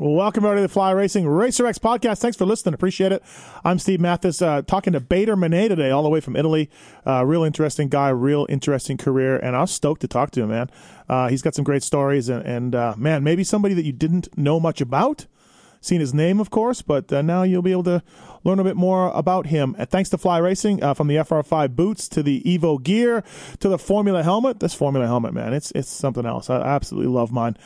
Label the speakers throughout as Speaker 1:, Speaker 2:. Speaker 1: Welcome everybody to the Fly Racing Racer X podcast. Thanks for listening. Appreciate it. I'm Steve Mathis, uh, talking to Bader Manet today, all the way from Italy. Uh, real interesting guy, real interesting career, and I was stoked to talk to him, man. Uh, he's got some great stories, and, and uh, man, maybe somebody that you didn't know much about, seen his name, of course, but uh, now you'll be able to learn a bit more about him. And thanks to Fly Racing, uh, from the FR5 boots to the Evo gear to the Formula helmet. This Formula helmet, man, it's it's something else. I absolutely love mine.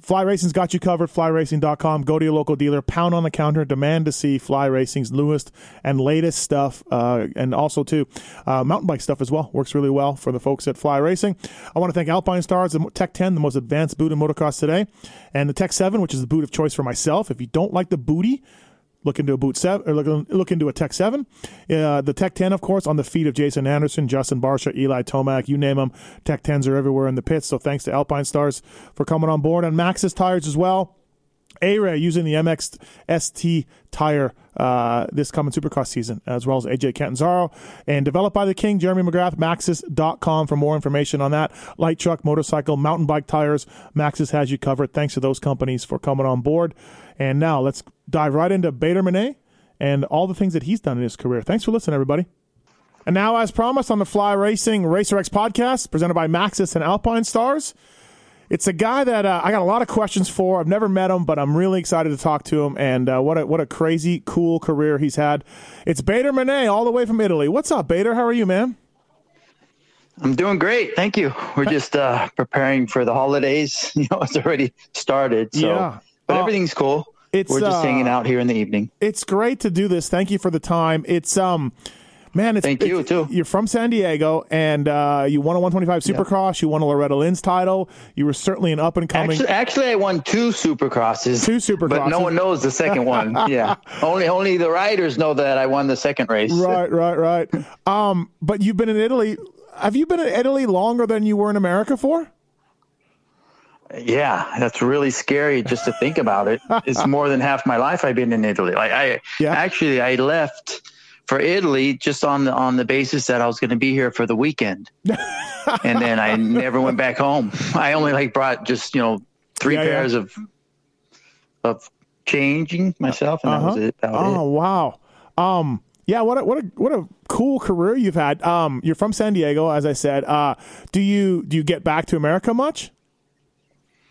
Speaker 1: Fly Racing's got you covered. FlyRacing.com. Go to your local dealer. Pound on the counter. Demand to see Fly Racing's newest and latest stuff, uh, and also too uh, mountain bike stuff as well. Works really well for the folks at Fly Racing. I want to thank Alpine Stars, the Tech 10, the most advanced boot in motocross today, and the Tech 7, which is the boot of choice for myself. If you don't like the booty, look into a boot seven or look, look into a tech seven uh, the tech 10 of course on the feet of jason anderson justin barsha eli tomac you name them tech 10s are everywhere in the pits so thanks to alpine stars for coming on board and max's tires as well a-ray using the mx st tire uh, this coming supercross season as well as aj catanzaro and developed by the king jeremy mcgrath maxis.com for more information on that light truck motorcycle mountain bike tires maxis has you covered thanks to those companies for coming on board and now let's dive right into Bader Monet and all the things that he's done in his career. Thanks for listening, everybody. And now, as promised on the Fly Racing Racer X podcast, presented by Maxis and Alpine Stars, it's a guy that uh, I got a lot of questions for. I've never met him, but I'm really excited to talk to him. And uh, what a what a crazy cool career he's had. It's Bader Monet, all the way from Italy. What's up, Bader? How are you, man?
Speaker 2: I'm doing great, thank you. We're just uh, preparing for the holidays. You know, it's already started, so
Speaker 1: Yeah.
Speaker 2: but
Speaker 1: Oh.
Speaker 2: everything's cool.
Speaker 1: It's,
Speaker 2: We're just
Speaker 1: uh,
Speaker 2: hanging out here in the evening.
Speaker 1: It's great to do this. Thank you for the time. It's um, man, it's
Speaker 2: Thank you,
Speaker 1: it's-
Speaker 2: too.
Speaker 1: You're from San Diego, and uh, you won a 125 Supercross. You won a Loretta Lynn's title. You were certainly an up and coming.
Speaker 2: Actually, actually, I won two Supercrosses.
Speaker 1: Two Supercrosses.
Speaker 2: but no one knows the second one. yeah, only only the riders know that I won the second race.
Speaker 1: Right, right, right. Um, but you've been in Italy. Have you been in Italy longer than you were in America for?
Speaker 2: Yeah, that's really scary just to think about it. It's more than half my life I've been in Italy. Like I
Speaker 1: Yeah.
Speaker 2: actually I left for Italy just on the on the basis that I was going to be here for the weekend. and then I never went back home. I only like brought just, you know, three
Speaker 1: Yeah, yeah.
Speaker 2: pairs of of changing myself and that was it. That was
Speaker 1: Oh wow. Um, yeah. What a, what a what a cool career you've had. Um, you're from San Diego, as I said. Uh, do you do you get back to America much?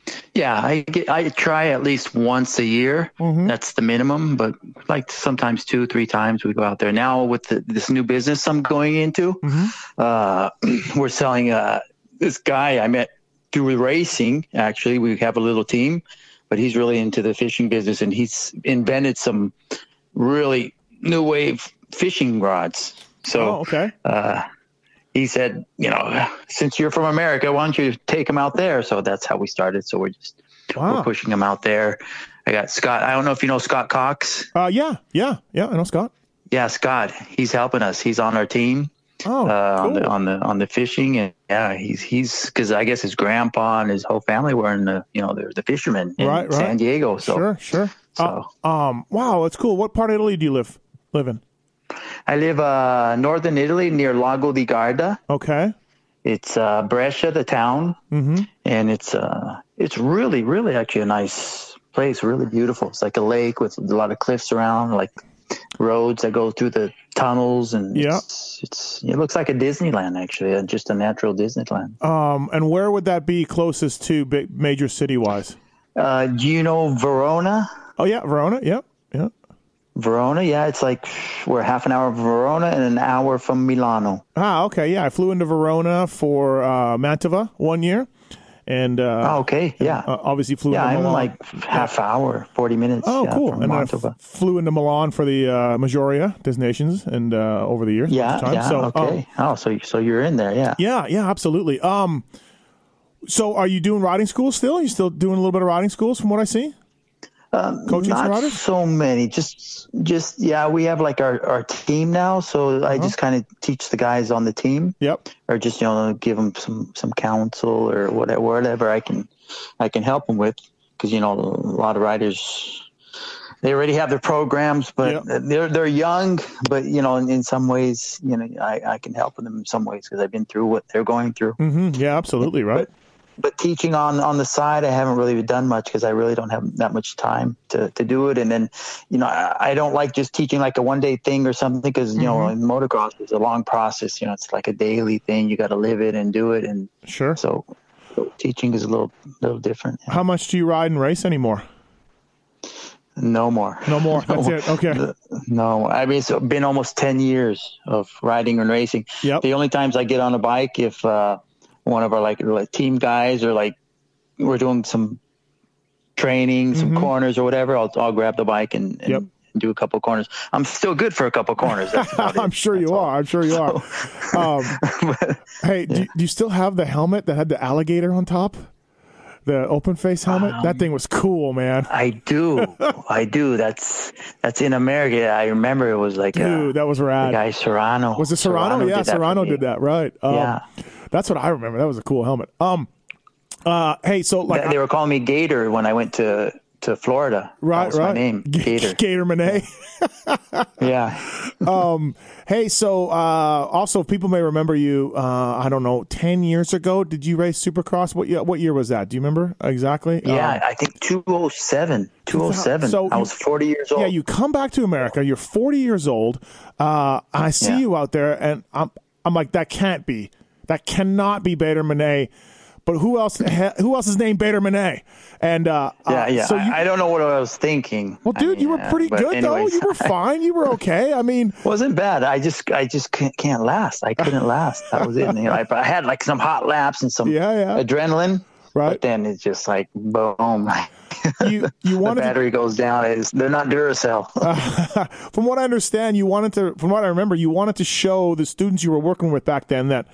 Speaker 2: it. Yeah, I get I try at least once a year. That's the minimum, but like sometimes two, three times we go out there. Now with the, this new business I'm going into, uh, we're selling uh, this guy I met through racing. Actually, we have a little team, but he's really into the fishing business, and he's invented some really new wave fishing rods. So
Speaker 1: Oh, okay.
Speaker 2: he said, you know, since you're from America, why don't you take them out there? So that's how we started. So we're just
Speaker 1: Wow.
Speaker 2: we're pushing them out there. I got Scott. I don't know if you know Scott Cox.
Speaker 1: Uh, yeah, yeah, yeah. I know Scott.
Speaker 2: Yeah, Scott. He's helping us. He's on our team.
Speaker 1: Oh,
Speaker 2: uh, on,
Speaker 1: cool.
Speaker 2: the, on the on the fishing and yeah he's he's because I guess his grandpa and his whole family were in the you know they're the fishermen in
Speaker 1: Right, right.
Speaker 2: San Diego so
Speaker 1: sure, sure. Uh, um, wow, that's cool. What part of Italy do you live live in?
Speaker 2: I live uh northern Italy near Lago di Garda
Speaker 1: Okay, Mm-hmm.
Speaker 2: it's uh Brescia the town and it's uh it's really really actually a nice place really beautiful it's like a lake with a lot of cliffs around like roads that go through the tunnels, and
Speaker 1: Yeah.
Speaker 2: it's, it's it looks like a Disneyland actually, uh, just a natural Disneyland.
Speaker 1: Um, and where would that be closest to big, major city wise?
Speaker 2: Uh, do you know Verona?
Speaker 1: Oh yeah, Verona. Yep, yeah.
Speaker 2: Verona, yeah, it's like we're half an hour from Verona and an hour from Milano.
Speaker 1: Ah, okay, yeah. I flew into Verona for uh, Mantova one year, and uh,
Speaker 2: Oh, okay, yeah,
Speaker 1: uh, obviously flew.
Speaker 2: yeah,
Speaker 1: into
Speaker 2: I'm
Speaker 1: Milan.
Speaker 2: like half hour, forty minutes.
Speaker 1: Oh,
Speaker 2: yeah,
Speaker 1: cool!
Speaker 2: From
Speaker 1: And then I
Speaker 2: Mantova.
Speaker 1: f- flew into Milan for the uh, Majoria designations and uh, over the years.
Speaker 2: yeah,
Speaker 1: lots of times.
Speaker 2: yeah,
Speaker 1: So, um,
Speaker 2: okay. oh, so so you're in there, yeah.
Speaker 1: yeah, yeah, absolutely. Um, so are you doing riding school still? you still doing a little bit of riding schools, from what I see. Coaching for
Speaker 2: Um, Not
Speaker 1: riders.
Speaker 2: so many. Just, just yeah. We have like our, our team now, so I just kind of teach the guys on the team,
Speaker 1: Yep.
Speaker 2: or just you know give them some some counsel or whatever whatever I can I can help them with because you know a lot of riders they already have their programs, but
Speaker 1: Yeah.
Speaker 2: they're they're young, but you know in, in some ways you know I, I can help them in some ways because I've been through what they're going through
Speaker 1: hmm Yeah, absolutely. Right.
Speaker 2: but teaching on on the side i haven't really done much because i really don't have that much time to, to do it and then you know I, I don't like just teaching like a one day thing or something because you know in motocross it's a long process you know it's like a daily thing you got to live it and do it and
Speaker 1: Sure.
Speaker 2: so, so teaching is a little little different
Speaker 1: How much do you ride and race anymore?
Speaker 2: no more
Speaker 1: No more. That's it. Okay.
Speaker 2: no i mean it's been almost 10 years of riding and racing
Speaker 1: Yep.
Speaker 2: the only times I get on a bike if uh, one of our like, like team guys or like we're doing some training, some corners or whatever, I'll I'll grab the bike and, and
Speaker 1: Mm-hmm. Yep.
Speaker 2: do a couple corners. I'm still good for a couple corners. That's about it.
Speaker 1: I'm sure you are. I'm sure you are. Um, hey, do, do you still have the helmet that had the alligator on top? The open face helmet?
Speaker 2: Um,
Speaker 1: that thing was cool, man.
Speaker 2: I do, I do. That's that's in America. I remember it was like
Speaker 1: Dude,
Speaker 2: uh,
Speaker 1: that was
Speaker 2: the
Speaker 1: rad.
Speaker 2: guy Serrano.
Speaker 1: was it Serrano? yeah,
Speaker 2: did that for
Speaker 1: Serrano
Speaker 2: me.
Speaker 1: did that, right. Um,
Speaker 2: Yeah.
Speaker 1: That's what I remember. That was a cool helmet. Um, uh, hey, so like,
Speaker 2: They- They were calling me Gator when I went to to Florida.
Speaker 1: right,
Speaker 2: that was
Speaker 1: right.
Speaker 2: My name
Speaker 1: G-
Speaker 2: Gator.
Speaker 1: Gator Monet.
Speaker 2: yeah.
Speaker 1: Hey, so uh, also people may remember you. Uh, I don't know, ten years ago, did you race Supercross? What year, what year was that? Do you remember exactly?
Speaker 2: Yeah,
Speaker 1: Um,
Speaker 2: I think 207. 207.
Speaker 1: So
Speaker 2: I
Speaker 1: you-
Speaker 2: was 40 years old.
Speaker 1: yeah. You come back to America. You're 40 years old. Uh, and I see
Speaker 2: Yeah.
Speaker 1: you out there, and I'm I'm like, that can't be. That cannot be Bader Monet. But who else? Who else is named Bader Monet? And uh,
Speaker 2: yeah,
Speaker 1: uh,
Speaker 2: yeah.
Speaker 1: So you,
Speaker 2: I, I don't know what I was thinking.
Speaker 1: well,
Speaker 2: I
Speaker 1: dude,
Speaker 2: mean,
Speaker 1: you were
Speaker 2: uh,
Speaker 1: pretty
Speaker 2: but
Speaker 1: good
Speaker 2: anyways,
Speaker 1: though. You were fine. You were okay. I mean,
Speaker 2: wasn't bad. I just, I just can't, can't last. I couldn't last. That was it. And, you know, I, I had like some hot laps and some
Speaker 1: Yeah, yeah.
Speaker 2: adrenaline.
Speaker 1: Right.
Speaker 2: But then it's just like boom,
Speaker 1: you you
Speaker 2: the
Speaker 1: wanted to
Speaker 2: battery goes down. It's, they're not Duracell.
Speaker 1: from what I understand, you wanted to, from what I remember, you wanted to show the students you were working with back then that,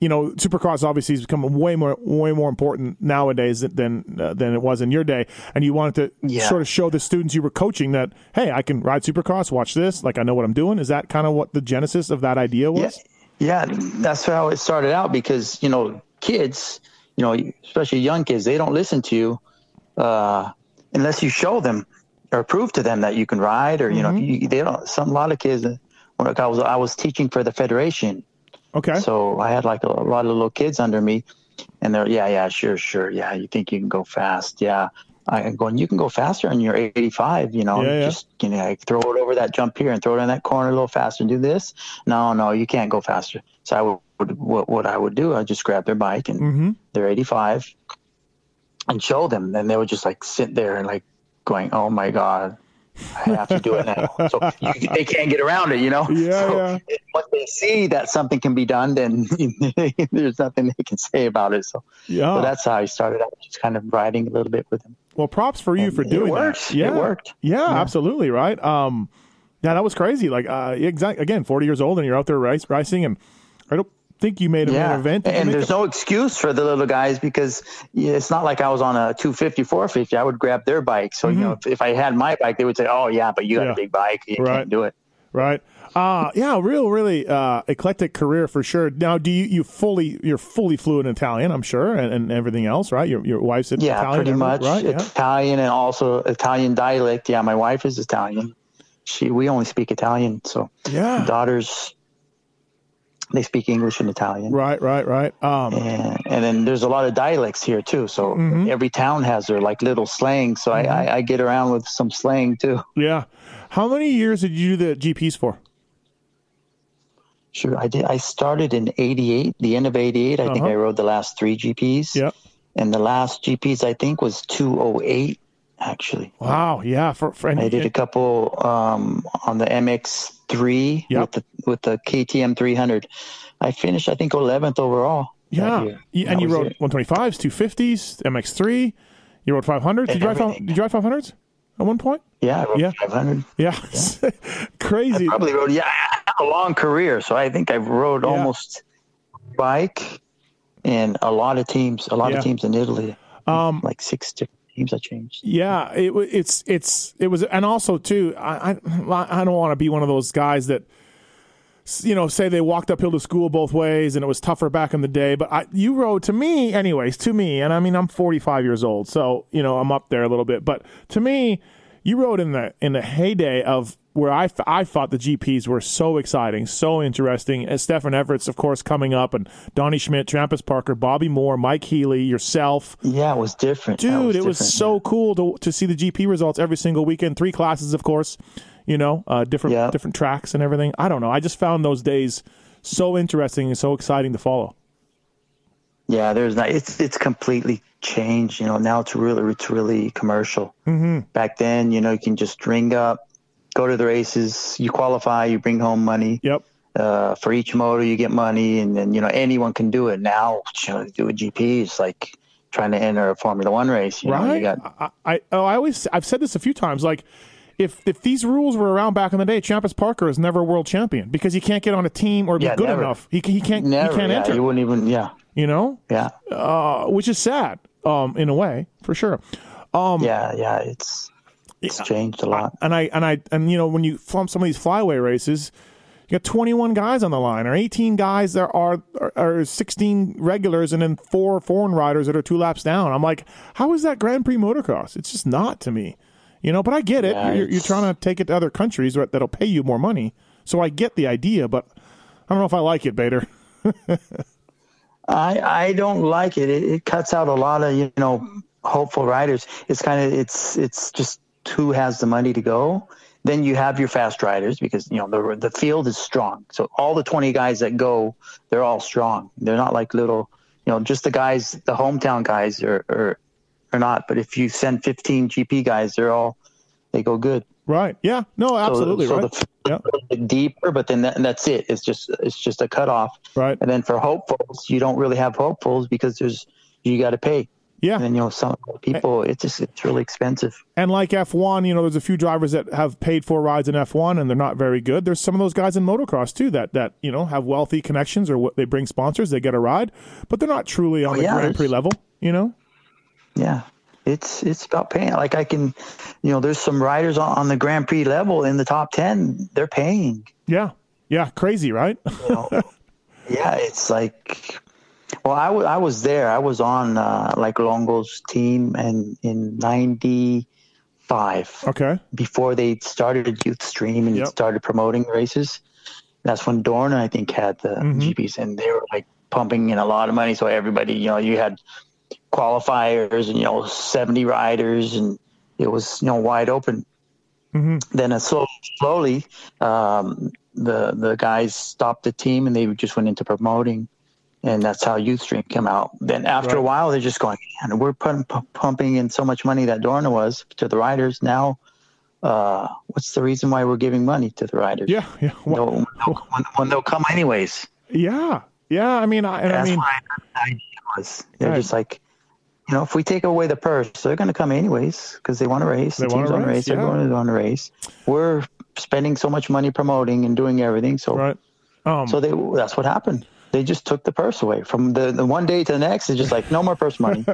Speaker 1: you know, Supercross obviously has become way more, way more important nowadays than uh, than it was in your day, and you wanted to
Speaker 2: Yeah.
Speaker 1: sort of show the students you were coaching that, hey, I can ride Supercross, watch this, like I know what I'm doing. Is that kind of what the genesis of that idea was?
Speaker 2: Yeah, yeah, that's how it started out because you know kids, you know, especially young kids, they don't listen to you uh, unless you show them or prove to them that you can ride or you know you, they don't. Some a lot of kids. When I was I was teaching for the federation,
Speaker 1: Okay.
Speaker 2: so I had like a, lot of little kids under me, and they're yeah yeah sure sure yeah you think you can go fast yeah. I'm going. You can go faster on your 85. You know,
Speaker 1: Yeah, yeah.
Speaker 2: just you know, like throw it over that jump here and throw it in that corner a little faster and do this. No, no, you can't go faster. So I would what, what I would do. I just grab their bike
Speaker 1: Mm-hmm.
Speaker 2: and their 85, and show them. And they would just like sit there and like going, oh my god, I have to do it now. So you, they can't get around it, you know.
Speaker 1: Yeah,
Speaker 2: so
Speaker 1: yeah.
Speaker 2: it- once they see that something can be done, then there's nothing they can say about it. So,
Speaker 1: yeah.
Speaker 2: so that's how I started out, just kind of riding a little bit with them.
Speaker 1: well, props for you for
Speaker 2: it
Speaker 1: doing
Speaker 2: worked.
Speaker 1: that.
Speaker 2: It
Speaker 1: Yeah.
Speaker 2: worked.
Speaker 1: Yeah, absolutely. Right. Um, yeah, that was crazy. Like, uh, exact again, 40 years old and you're out there race, racing and I don't think you made a
Speaker 2: Yeah,
Speaker 1: main event. Did you
Speaker 2: and
Speaker 1: make a-
Speaker 2: there's no excuse for the little guys because yeah, it's not like I was on a 250, 450. I would grab their bike. So you know, if, if I had my bike, they would say, "Oh yeah, but you got
Speaker 1: Mm-hmm. Yeah.
Speaker 2: a big bike, you
Speaker 1: Right.
Speaker 2: can't do it."
Speaker 1: right? Uh yeah, real, really uh, eclectic career for sure. Now, do you you fully you're fully fluent in Italian, I'm sure, and, and everything else, right? Your your wife's Italian,
Speaker 2: Yeah, pretty
Speaker 1: everything,
Speaker 2: much
Speaker 1: right? Yeah.
Speaker 2: Italian and also Italian dialect. Yeah, my wife is Italian. She we only speak Italian, so
Speaker 1: Yeah.
Speaker 2: daughters they speak English and Italian.
Speaker 1: Right, right, right. Um,
Speaker 2: And, and then there's a lot of dialects here too. So
Speaker 1: Mm-hmm.
Speaker 2: every town has their like little slang. So I, I, I get around with some slang too.
Speaker 1: yeah. How many years did you do the GPs for?
Speaker 2: Sure, I did. I started in '88, the end of '88. I think
Speaker 1: Uh-huh.
Speaker 2: I rode the last three GPs.
Speaker 1: Yep.
Speaker 2: And the last GPs I think was 208 actually.
Speaker 1: Wow. Yeah. For, for and,
Speaker 2: I did a
Speaker 1: and-
Speaker 2: couple um, on the MX3
Speaker 1: Yep.
Speaker 2: with the with the KTM 300. I finished, I think, 11th overall. that
Speaker 1: yeah.
Speaker 2: year.
Speaker 1: You- and
Speaker 2: That
Speaker 1: you
Speaker 2: was
Speaker 1: rode
Speaker 2: it.
Speaker 1: 125s, 250s, MX3. You rode 500s. Did you ride five,
Speaker 2: Everything.
Speaker 1: Did you ride 500s at one point?
Speaker 2: Yeah, I rode
Speaker 1: Yeah.
Speaker 2: 500.
Speaker 1: Yeah. Crazy.
Speaker 2: Probably rode. Yeah, I have a long career, so I think I've rode
Speaker 1: Yeah.
Speaker 2: almost bike and a lot of teams, a lot
Speaker 1: Yeah.
Speaker 2: of teams in Italy.
Speaker 1: Um,
Speaker 2: like six different teams. I changed.
Speaker 1: Yeah, it wa- it's it's it was, and also too, I I, I don't want to be one of those guys that, s- you know, say they walked uphill to school both ways, and it was tougher back in the day. But I, you rode to me, anyways, to me, and I mean, I'm 45 years old, so you know, I'm up there a little bit. But to me, you rode in the in the heyday of where I, f- I thought the GPs were so exciting, so interesting. And Stefan Everett's, of course, coming up, and Donnie Schmidt, Trampas Parker, Bobby Moore, Mike Healy, yourself
Speaker 2: Yeah, it was different. That
Speaker 1: dude, it was
Speaker 2: different.
Speaker 1: so cool to to see the GP results every single weekend. Three classes, of course, you know, uh, different
Speaker 2: Yeah.
Speaker 1: different tracks and everything. I don't know. I just found those days so interesting and so exciting to follow.
Speaker 2: Yeah, there's not. It's it's completely changed. You know, now it's really it's really commercial. Mm-hmm. Back then, you know, you can just ring up, go to the races, you qualify, you bring home money.
Speaker 1: Yep.
Speaker 2: Uh, for each motor, you get money, and then you know anyone can do it. Now, you know, to do a GP is like trying to enter a Formula One race. You know,
Speaker 1: right?
Speaker 2: you got
Speaker 1: I, I oh, I always I've said this a few times. Like, if if these rules were around back in the day, Champas Parker is never a world champion because he can't get on a team or be
Speaker 2: Yeah,
Speaker 1: good
Speaker 2: never.
Speaker 1: enough. He, can- he can't
Speaker 2: never.
Speaker 1: he can't
Speaker 2: yeah,
Speaker 1: enter.
Speaker 2: You wouldn't even. Yeah,
Speaker 1: you know,
Speaker 2: yeah,
Speaker 1: uh, which is sad, um, in a way for sure.
Speaker 2: yeah, yeah. It's it's changed a lot.
Speaker 1: and Um, I and I and you know when you flump some of these flyway races, you got 21 guys on the line or 18 guys there are are, are 16 regulars and then four foreign riders that are two laps down. I'm like, how is that Grand Prix motocross? It's just not to me, you know. But I get it.
Speaker 2: Yeah,
Speaker 1: you're, you're
Speaker 2: it's-
Speaker 1: trying to take it to other countries that- that'll pay you more money, so I get the idea, but I don't know if I like it, Bader.
Speaker 2: I I don't like it. it. It cuts out a lot of you know hopeful riders. It's kind of it's it's just who has the money to go. Then you have your fast riders because you know the the field is strong. So all the twenty guys that go, they're all strong. They're not like little you know just the guys the hometown guys are are, are not. But if you send fifteen GP guys, they're all they go good.
Speaker 1: Right? Yeah. No. Absolutely.
Speaker 2: so
Speaker 1: right.
Speaker 2: the-
Speaker 1: yeah.
Speaker 2: Deeper, but then that, that's it. It's just it's just a cutoff.
Speaker 1: Right.
Speaker 2: And then for hopefuls, you don't really have hopefuls because there's you got to pay.
Speaker 1: Yeah.
Speaker 2: And then you know some people, it's just it's really expensive.
Speaker 1: And like F1, you know, there's a few drivers that have paid for rides in F1 and they're not very good. There's some of those guys in motocross too that that you know have wealthy connections or what they bring sponsors, they get a ride, but they're not truly on
Speaker 2: Oh,
Speaker 1: the
Speaker 2: yeah,
Speaker 1: Grand Prix
Speaker 2: there's-
Speaker 1: level, you know.
Speaker 2: Yeah, it's it's about paying. Like I can, you know, there's some riders on, on the Grand Prix level in the top ten. They're paying.
Speaker 1: Yeah, yeah, crazy, right?
Speaker 2: You know? yeah, it's like. Well, I wa- I was there. I was on uh, like Longo's team, and in '95.
Speaker 1: okay,
Speaker 2: before they started youth stream and
Speaker 1: Yep.
Speaker 2: started promoting races that's when dorna i think had the gps and they were like pumping in a lot of money so everybody you know you had qualifiers and you know 70 riders and it was you know wide open then uh, so slowly um, the the guys stopped the team and they just went into promoting and that's how youth stream came out then after a
Speaker 1: Right.
Speaker 2: while they're just going Man, we're put, pu- pumping in so much money that dorna was to the riders now uh, what's the reason why we're giving money to the riders
Speaker 1: yeah, yeah, Wha-
Speaker 2: They'll- they'll- when, when they'll come anyways
Speaker 1: yeah, yeah. I mean, I, and I
Speaker 2: that's
Speaker 1: mean,
Speaker 2: why the idea was they're
Speaker 1: Right.
Speaker 2: just like you know if we take away the purse they're going to come anyways because they want to race
Speaker 1: They
Speaker 2: the
Speaker 1: wanna
Speaker 2: teams want to
Speaker 1: race,
Speaker 2: race they're
Speaker 1: yeah.
Speaker 2: going to want to race we're spending so much money promoting and doing everything so
Speaker 1: right? Um,
Speaker 2: so they that's what happened they just took the purse away from the, the one day to the next it's just like no more purse money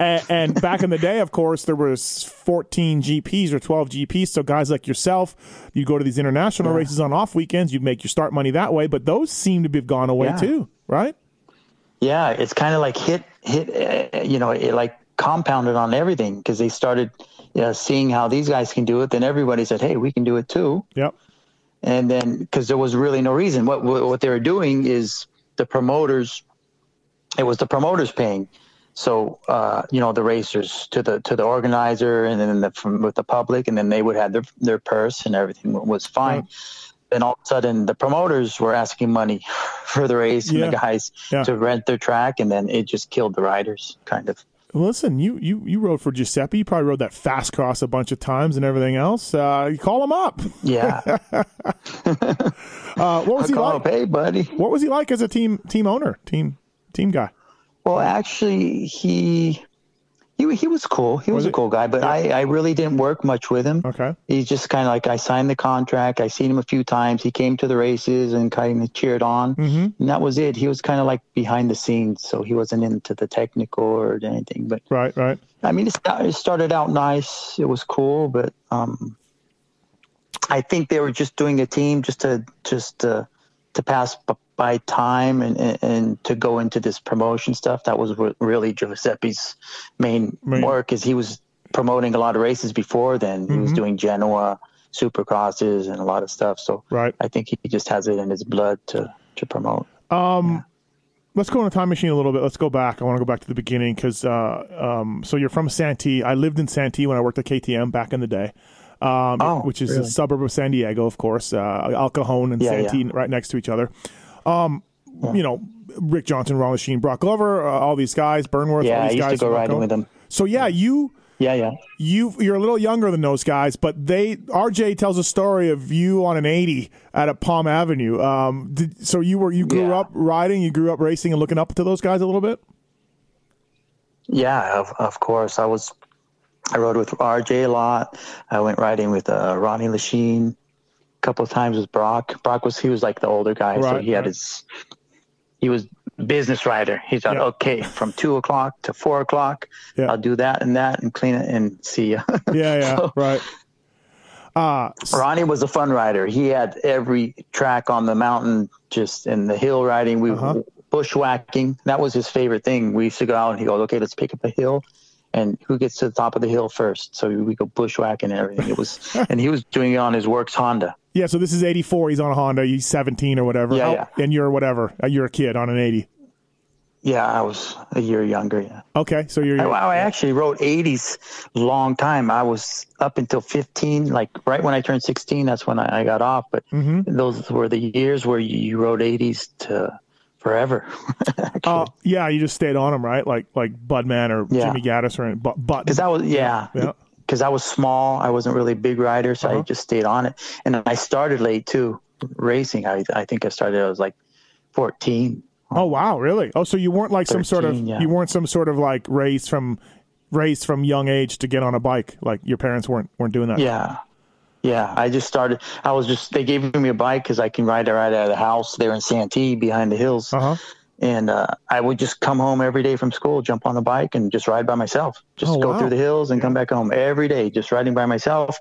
Speaker 1: and, and back in the day, of course, there was 14 GPs or 12 GPs. So guys like yourself, you go to these international races on off weekends, you'd make your start money that way. But those seem to be have gone away
Speaker 2: Yeah.
Speaker 1: too, right?
Speaker 2: Yeah, it's kind of like hit hit. Uh, you know, it like compounded on everything because they started uh, seeing how these guys can do it. Then everybody said, "Hey, we can do it too."
Speaker 1: Yep.
Speaker 2: And then because there was really no reason. What what what they were doing is the promoters. It was the promoters paying. So uh, you know the racers to the to the organizer, and then the, from, with the public, and then they would have their their purse, and everything was fine. Then all of a sudden, the promoters were asking money for the race and
Speaker 1: Yeah.
Speaker 2: the guys
Speaker 1: Yeah.
Speaker 2: to rent their track, and then it just killed the riders, kind of.
Speaker 1: Listen, you, you, you rode for Giuseppe. You probably rode that fast cross a bunch of times and everything else. Uh, you call him up.
Speaker 2: Yeah,
Speaker 1: Uh, what was he
Speaker 2: call
Speaker 1: like?
Speaker 2: up, hey buddy.
Speaker 1: What was he like as a team team owner, team team guy?
Speaker 2: Well, actually, he he he was cool. He was,
Speaker 1: Was
Speaker 2: a
Speaker 1: it-
Speaker 2: cool guy, but I I really didn't work much with him.
Speaker 1: Okay.
Speaker 2: He's just kind of like I signed the contract. I seen him a few times. He came to the races and kind of cheered on, and that was it. He was kind of like behind the scenes, so he wasn't into the technical or anything. But
Speaker 1: Right, right.
Speaker 2: I mean, it sta- it started out nice. It was cool, but um, I think they were just doing a team just to just to, to pass b- by time and, and and to go into this promotion stuff. That was what really Giuseppe's main
Speaker 1: Right.
Speaker 2: work. Is he was promoting a lot of races before then. He was doing Genoa supercrosses and a lot of stuff. So
Speaker 1: Right.
Speaker 2: I think he just has it in his blood to to promote.
Speaker 1: Let's go on a time machine a little bit. Let's go back. I want to go back to the beginning because, uh, um, so you're from Santee. I lived in Santee when I worked at KTM back in the day, um,
Speaker 2: Oh,
Speaker 1: which is a
Speaker 2: really?
Speaker 1: suburb of San Diego, of course. Uh, Al Cajon and
Speaker 2: Yeah, yeah.
Speaker 1: Santee right next to each other. Um, You know, Rick Johnson, Ron Sheen, Brock Glover, uh, all these guys, Burnworth.
Speaker 2: Yeah,
Speaker 1: all
Speaker 2: I
Speaker 1: these
Speaker 2: used
Speaker 1: guys
Speaker 2: to go
Speaker 1: from Al
Speaker 2: riding
Speaker 1: Cajon.
Speaker 2: with him.
Speaker 1: So yeah, you
Speaker 2: Yeah, yeah.
Speaker 1: you you're a little younger than those guys, but they RJ tells a story of you on an 80 out at Palm Avenue. Um, did, so you were you grew
Speaker 2: Yeah.
Speaker 1: up riding, you grew up racing, and looking up to those guys a little bit.
Speaker 2: Yeah, of, of course. I was, I rode with RJ a lot. I went riding with uh, Ronnie Lachine a couple of times with Brock. Brock was, he was like the older guy. so
Speaker 1: Right,
Speaker 2: he had
Speaker 1: right.
Speaker 2: his, he was business rider. He thought,
Speaker 1: Yeah.
Speaker 2: okay, from two o'clock to four o'clock,
Speaker 1: Yeah.
Speaker 2: I'll do that and that and clean it and see ya.
Speaker 1: Yeah, yeah,
Speaker 2: So-
Speaker 1: right. Uh, s-
Speaker 2: Ronnie was a fun rider. He had every track on the mountain, just in the hill riding. We
Speaker 1: Uh-huh.
Speaker 2: bushwhacking. That was his favorite thing. We used to go out and he goes, "Okay, let's pick up a hill, and who gets to the top of the hill first? So we go bushwhacking and everything. It was, and he was doing it on his works Honda.
Speaker 1: yeah. So this is 84. He's on a Honda. He's 17 or whatever.
Speaker 2: Yeah, yeah.
Speaker 1: And you're whatever. Uh, You're a kid on an 80.
Speaker 2: Yeah, I was a year younger. Yeah,
Speaker 1: Okay, so you're.
Speaker 2: I, I actually rode 80s long time. I was up until 15, like right when I turned 16, that's when I, I got off. But those were the years where you, you rode 80s to forever.
Speaker 1: uh, yeah, you just stayed on him, right? Like like Budman or
Speaker 2: Yeah.
Speaker 1: Jimmy Gaddis or but but
Speaker 2: Because I was, yeah.
Speaker 1: Yeah.
Speaker 2: Because I was small, I wasn't really a big rider, so I just stayed on it. And I started late too, racing. I, I think I started, I was like 14.
Speaker 1: Oh wow, really? Oh, so you weren't like some sort of
Speaker 2: 13, yeah.
Speaker 1: you weren't some sort of like raised from raised from young age to get on a bike. Like your parents weren't weren't doing that.
Speaker 2: Yeah. Yeah. I just started, I was just, they gave me a bike because I can ride it right out of the house there in Santee behind the hills.
Speaker 1: Uh huh.
Speaker 2: and uh, I would just come home every day from school, jump on the bike, and just ride by myself. Just
Speaker 1: Oh,
Speaker 2: go
Speaker 1: wow.
Speaker 2: through the hills and come back home every day, just riding by myself.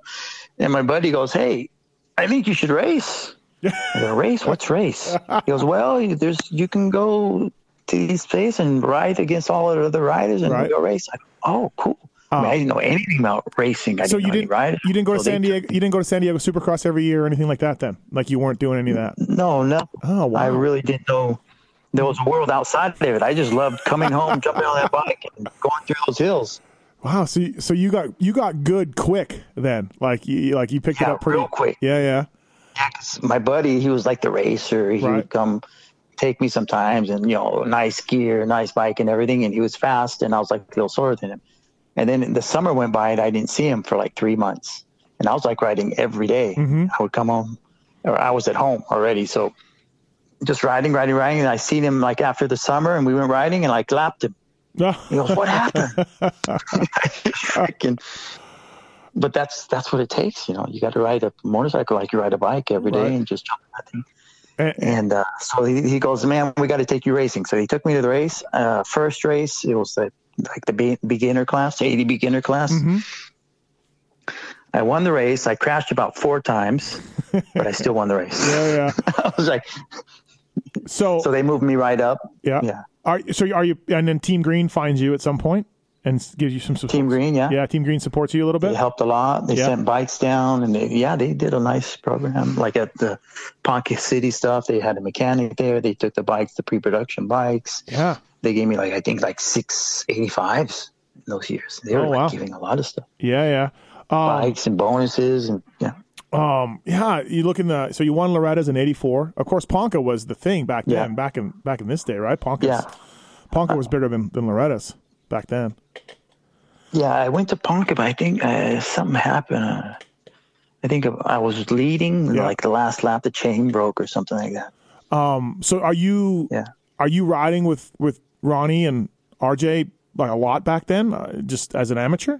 Speaker 2: And my buddy goes, "Hey, I think you should race." I go, "Race? What's race?" He goes, "Well, you- there's you can go to these places and ride against all the other riders and
Speaker 1: Right.
Speaker 2: we go race." I go, "Oh, cool." I, mean, I didn't know anything about racing. I
Speaker 1: So you
Speaker 2: didn't know any
Speaker 1: didn't
Speaker 2: riders.
Speaker 1: you didn't go to
Speaker 2: So they
Speaker 1: San
Speaker 2: took-
Speaker 1: Diego you didn't go to San Diego Supercross every year or anything like that then. Like you weren't doing any of that.
Speaker 2: No, no.
Speaker 1: Oh, wow.
Speaker 2: I really didn't know there was a world outside of it. I just loved coming home, jumping on that bike, and going through those hills.
Speaker 1: Wow. So you, so you got you got good quick then. Like you like you picked it
Speaker 2: Yeah,
Speaker 1: up pretty
Speaker 2: real quick.
Speaker 1: Yeah, yeah.
Speaker 2: Yeah, 'cause my buddy, he was like the racer. He
Speaker 1: Right.
Speaker 2: would come take me sometimes, and you know, nice gear, nice bike, and everything. And he was fast, and I was like a little slower than him. And then the summer went by, and I didn't see him for like three months. And I was like riding every day. I would come home, or I was at home already, so just riding, riding, riding. And I seen him like after the summer, and we went riding, and I clapped him. He goes, "What happened?" Freaking. But that's that's what it takes, you know. You got to ride a motorcycle like you ride a bike every day
Speaker 1: Right.
Speaker 2: and just jump on that thing.
Speaker 1: Eh.
Speaker 2: And uh, so he, he goes, "Man, we got to take you racing." So he took me to the race. Uh, first race, it was the, like the be- beginner class, eighty beginner class. I won the race. I crashed about four times, but I still won the race.
Speaker 1: yeah, yeah.
Speaker 2: I was like,
Speaker 1: So,
Speaker 2: so they moved me right up.
Speaker 1: yeah.
Speaker 2: yeah.
Speaker 1: Are so are you and then Team Green finds you at some point? and gives you some support.
Speaker 2: Team Green, yeah.
Speaker 1: Yeah, Team Green supports you a little
Speaker 2: They
Speaker 1: bit.
Speaker 2: helped a lot. They
Speaker 1: Yeah.
Speaker 2: sent bikes down, and they, yeah, they did a nice program. Like at the Ponca City stuff, they had a mechanic there. They took the bikes, the pre-production bikes.
Speaker 1: Yeah.
Speaker 2: They gave me like I think like six eighty fives in those years. They were
Speaker 1: Oh,
Speaker 2: like
Speaker 1: wow.
Speaker 2: giving a lot of stuff,
Speaker 1: Yeah, Um, yeah.
Speaker 2: bikes and bonuses, and yeah,
Speaker 1: Um, um, yeah, you look in the so you won Loretta's in '84. Of course, Ponca was the thing back
Speaker 2: Yeah.
Speaker 1: then, back in back in this day, right? Ponca's,
Speaker 2: yeah, Uh,
Speaker 1: Ponca was bigger than, than Loretta's back then.
Speaker 2: yeah. I went to Ponca, but I think uh, something happened. Uh, I think I was leading,
Speaker 1: Yeah.
Speaker 2: like the last lap, the chain broke or something like that.
Speaker 1: So are you
Speaker 2: Yeah.
Speaker 1: are you riding with with Ronnie and RJ like a lot back then, uh, just as an amateur?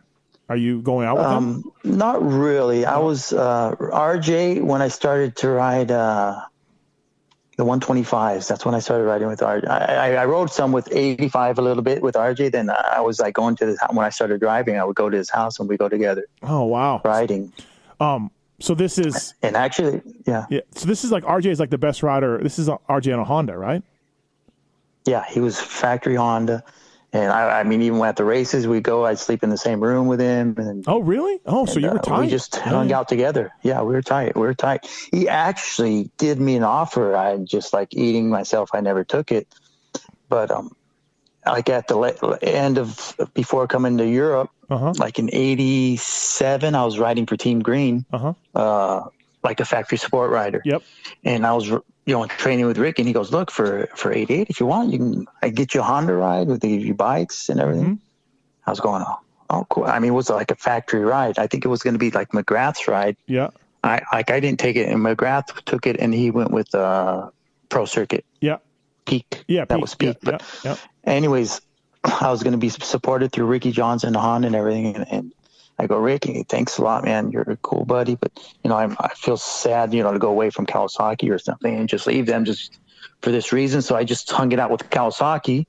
Speaker 1: Are you going out with them?
Speaker 2: Um, not really. I was uh, RJ when I started to ride uh, the 125s. That's when I started riding with RJ. I, I, I rode some with 85 a little bit with RJ. Then I was like going to his when I started driving. I would go to his house and we go together
Speaker 1: Oh wow!
Speaker 2: riding.
Speaker 1: So this is
Speaker 2: And actually, yeah,
Speaker 1: yeah. So this is like RJ is like the best rider. This is a, RJ on a Honda, right?
Speaker 2: yeah, he was factory Honda. And I, I mean, even at the races we go, I'd sleep in the same room with him. And
Speaker 1: Oh really? Oh, so you were
Speaker 2: Uh,
Speaker 1: tight.
Speaker 2: We just
Speaker 1: Yeah,
Speaker 2: hung
Speaker 1: yeah.
Speaker 2: out together. Yeah, we were tight. We were tight. He actually did me an offer. I just like eating myself. I never took it. But um, like at the la- end of before coming to Europe,
Speaker 1: Uh-huh.
Speaker 2: like in '87, I was riding for Team Green,
Speaker 1: Uh-huh.
Speaker 2: uh, like a factory support rider.
Speaker 1: Yep.
Speaker 2: And I was you know training with Rick, and he goes, "Look for for '88, if you want, you can I get you a Honda ride with they give you bikes and everything."
Speaker 1: Mm-hmm.
Speaker 2: I was going, oh, oh, cool. I mean, it was like a factory ride. I think it was going to be like McGrath's ride.
Speaker 1: Yeah.
Speaker 2: I like I didn't take it, and McGrath took it, and he went with uh, Pro Circuit
Speaker 1: Yeah.
Speaker 2: Peak.
Speaker 1: Yeah.
Speaker 2: that
Speaker 1: Pete,
Speaker 2: was Peak.
Speaker 1: Yeah.
Speaker 2: but
Speaker 1: yeah,
Speaker 2: anyways, I was going to be supported through Ricky Johnson, Honda, and everything. And, and I go, Ricky, thanks a lot, man. You're a cool buddy, but you know, I'm, I feel sad, you know, to go away from Kawasaki or something and just leave them just for this reason. So I just hung it out with Kawasaki.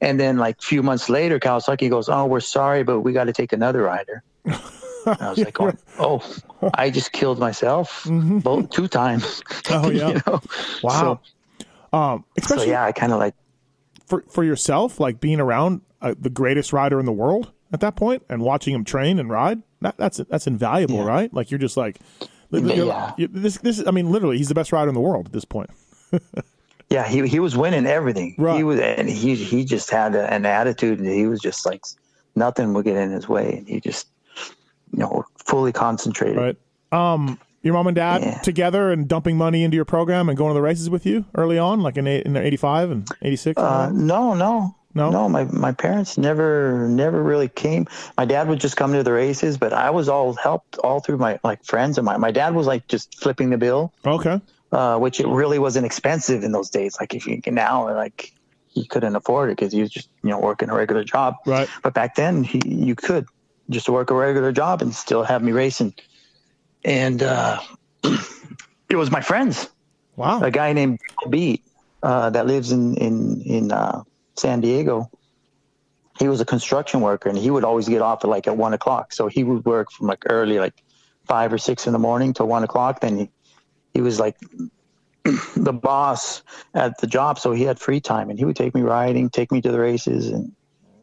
Speaker 2: And then, like a few months later, Kawasaki goes, "Oh, we're sorry, but we got to take another rider." And I was like, going, "Oh, I just killed myself both two times."
Speaker 1: Mm-hmm. Oh,
Speaker 2: You
Speaker 1: yeah.
Speaker 2: know?
Speaker 1: Wow. um,
Speaker 2: So,
Speaker 1: especially
Speaker 2: so yeah, I kind of like
Speaker 1: for for yourself, like being around uh, the greatest rider in the world at that point and watching him train and ride. That, that's that's invaluable, right? Like you're just like, li- li- you're-
Speaker 2: Yeah.
Speaker 1: you- this this is, I mean, literally, he's the best rider in the world at this point.
Speaker 2: Yeah, he he was winning everything.
Speaker 1: Right.
Speaker 2: He was, and he he just had a, an attitude. That he was just like nothing would get in his way, and he just you know fully concentrated.
Speaker 1: Right. Um, your mom and dad
Speaker 2: Yeah.
Speaker 1: together and dumping money into your program and going to the races with you early on, like in eight, in '85 and '86.
Speaker 2: Uh, no, no,
Speaker 1: No?
Speaker 2: no. My my parents never never really came. My dad would just come to the races, but I was all helped all through my like friends and my my dad was like just flipping the bill.
Speaker 1: okay.
Speaker 2: uh, which it really wasn't expensive in those days. Like if you can now, like he couldn't afford it because he was just you know working a regular job.
Speaker 1: Right.
Speaker 2: But back then, he you could just work a regular job and still have me racing. And uh, it was my friends,
Speaker 1: Wow.
Speaker 2: a guy named Beat uh, that lives in in in uh, San Diego. He was a construction worker, and he would always get off at like at one o'clock. So he would work from like early, like five or six in the morning till one o'clock. Then he he was like the boss at the job, so he had free time, and he would take me riding, take me to the races, and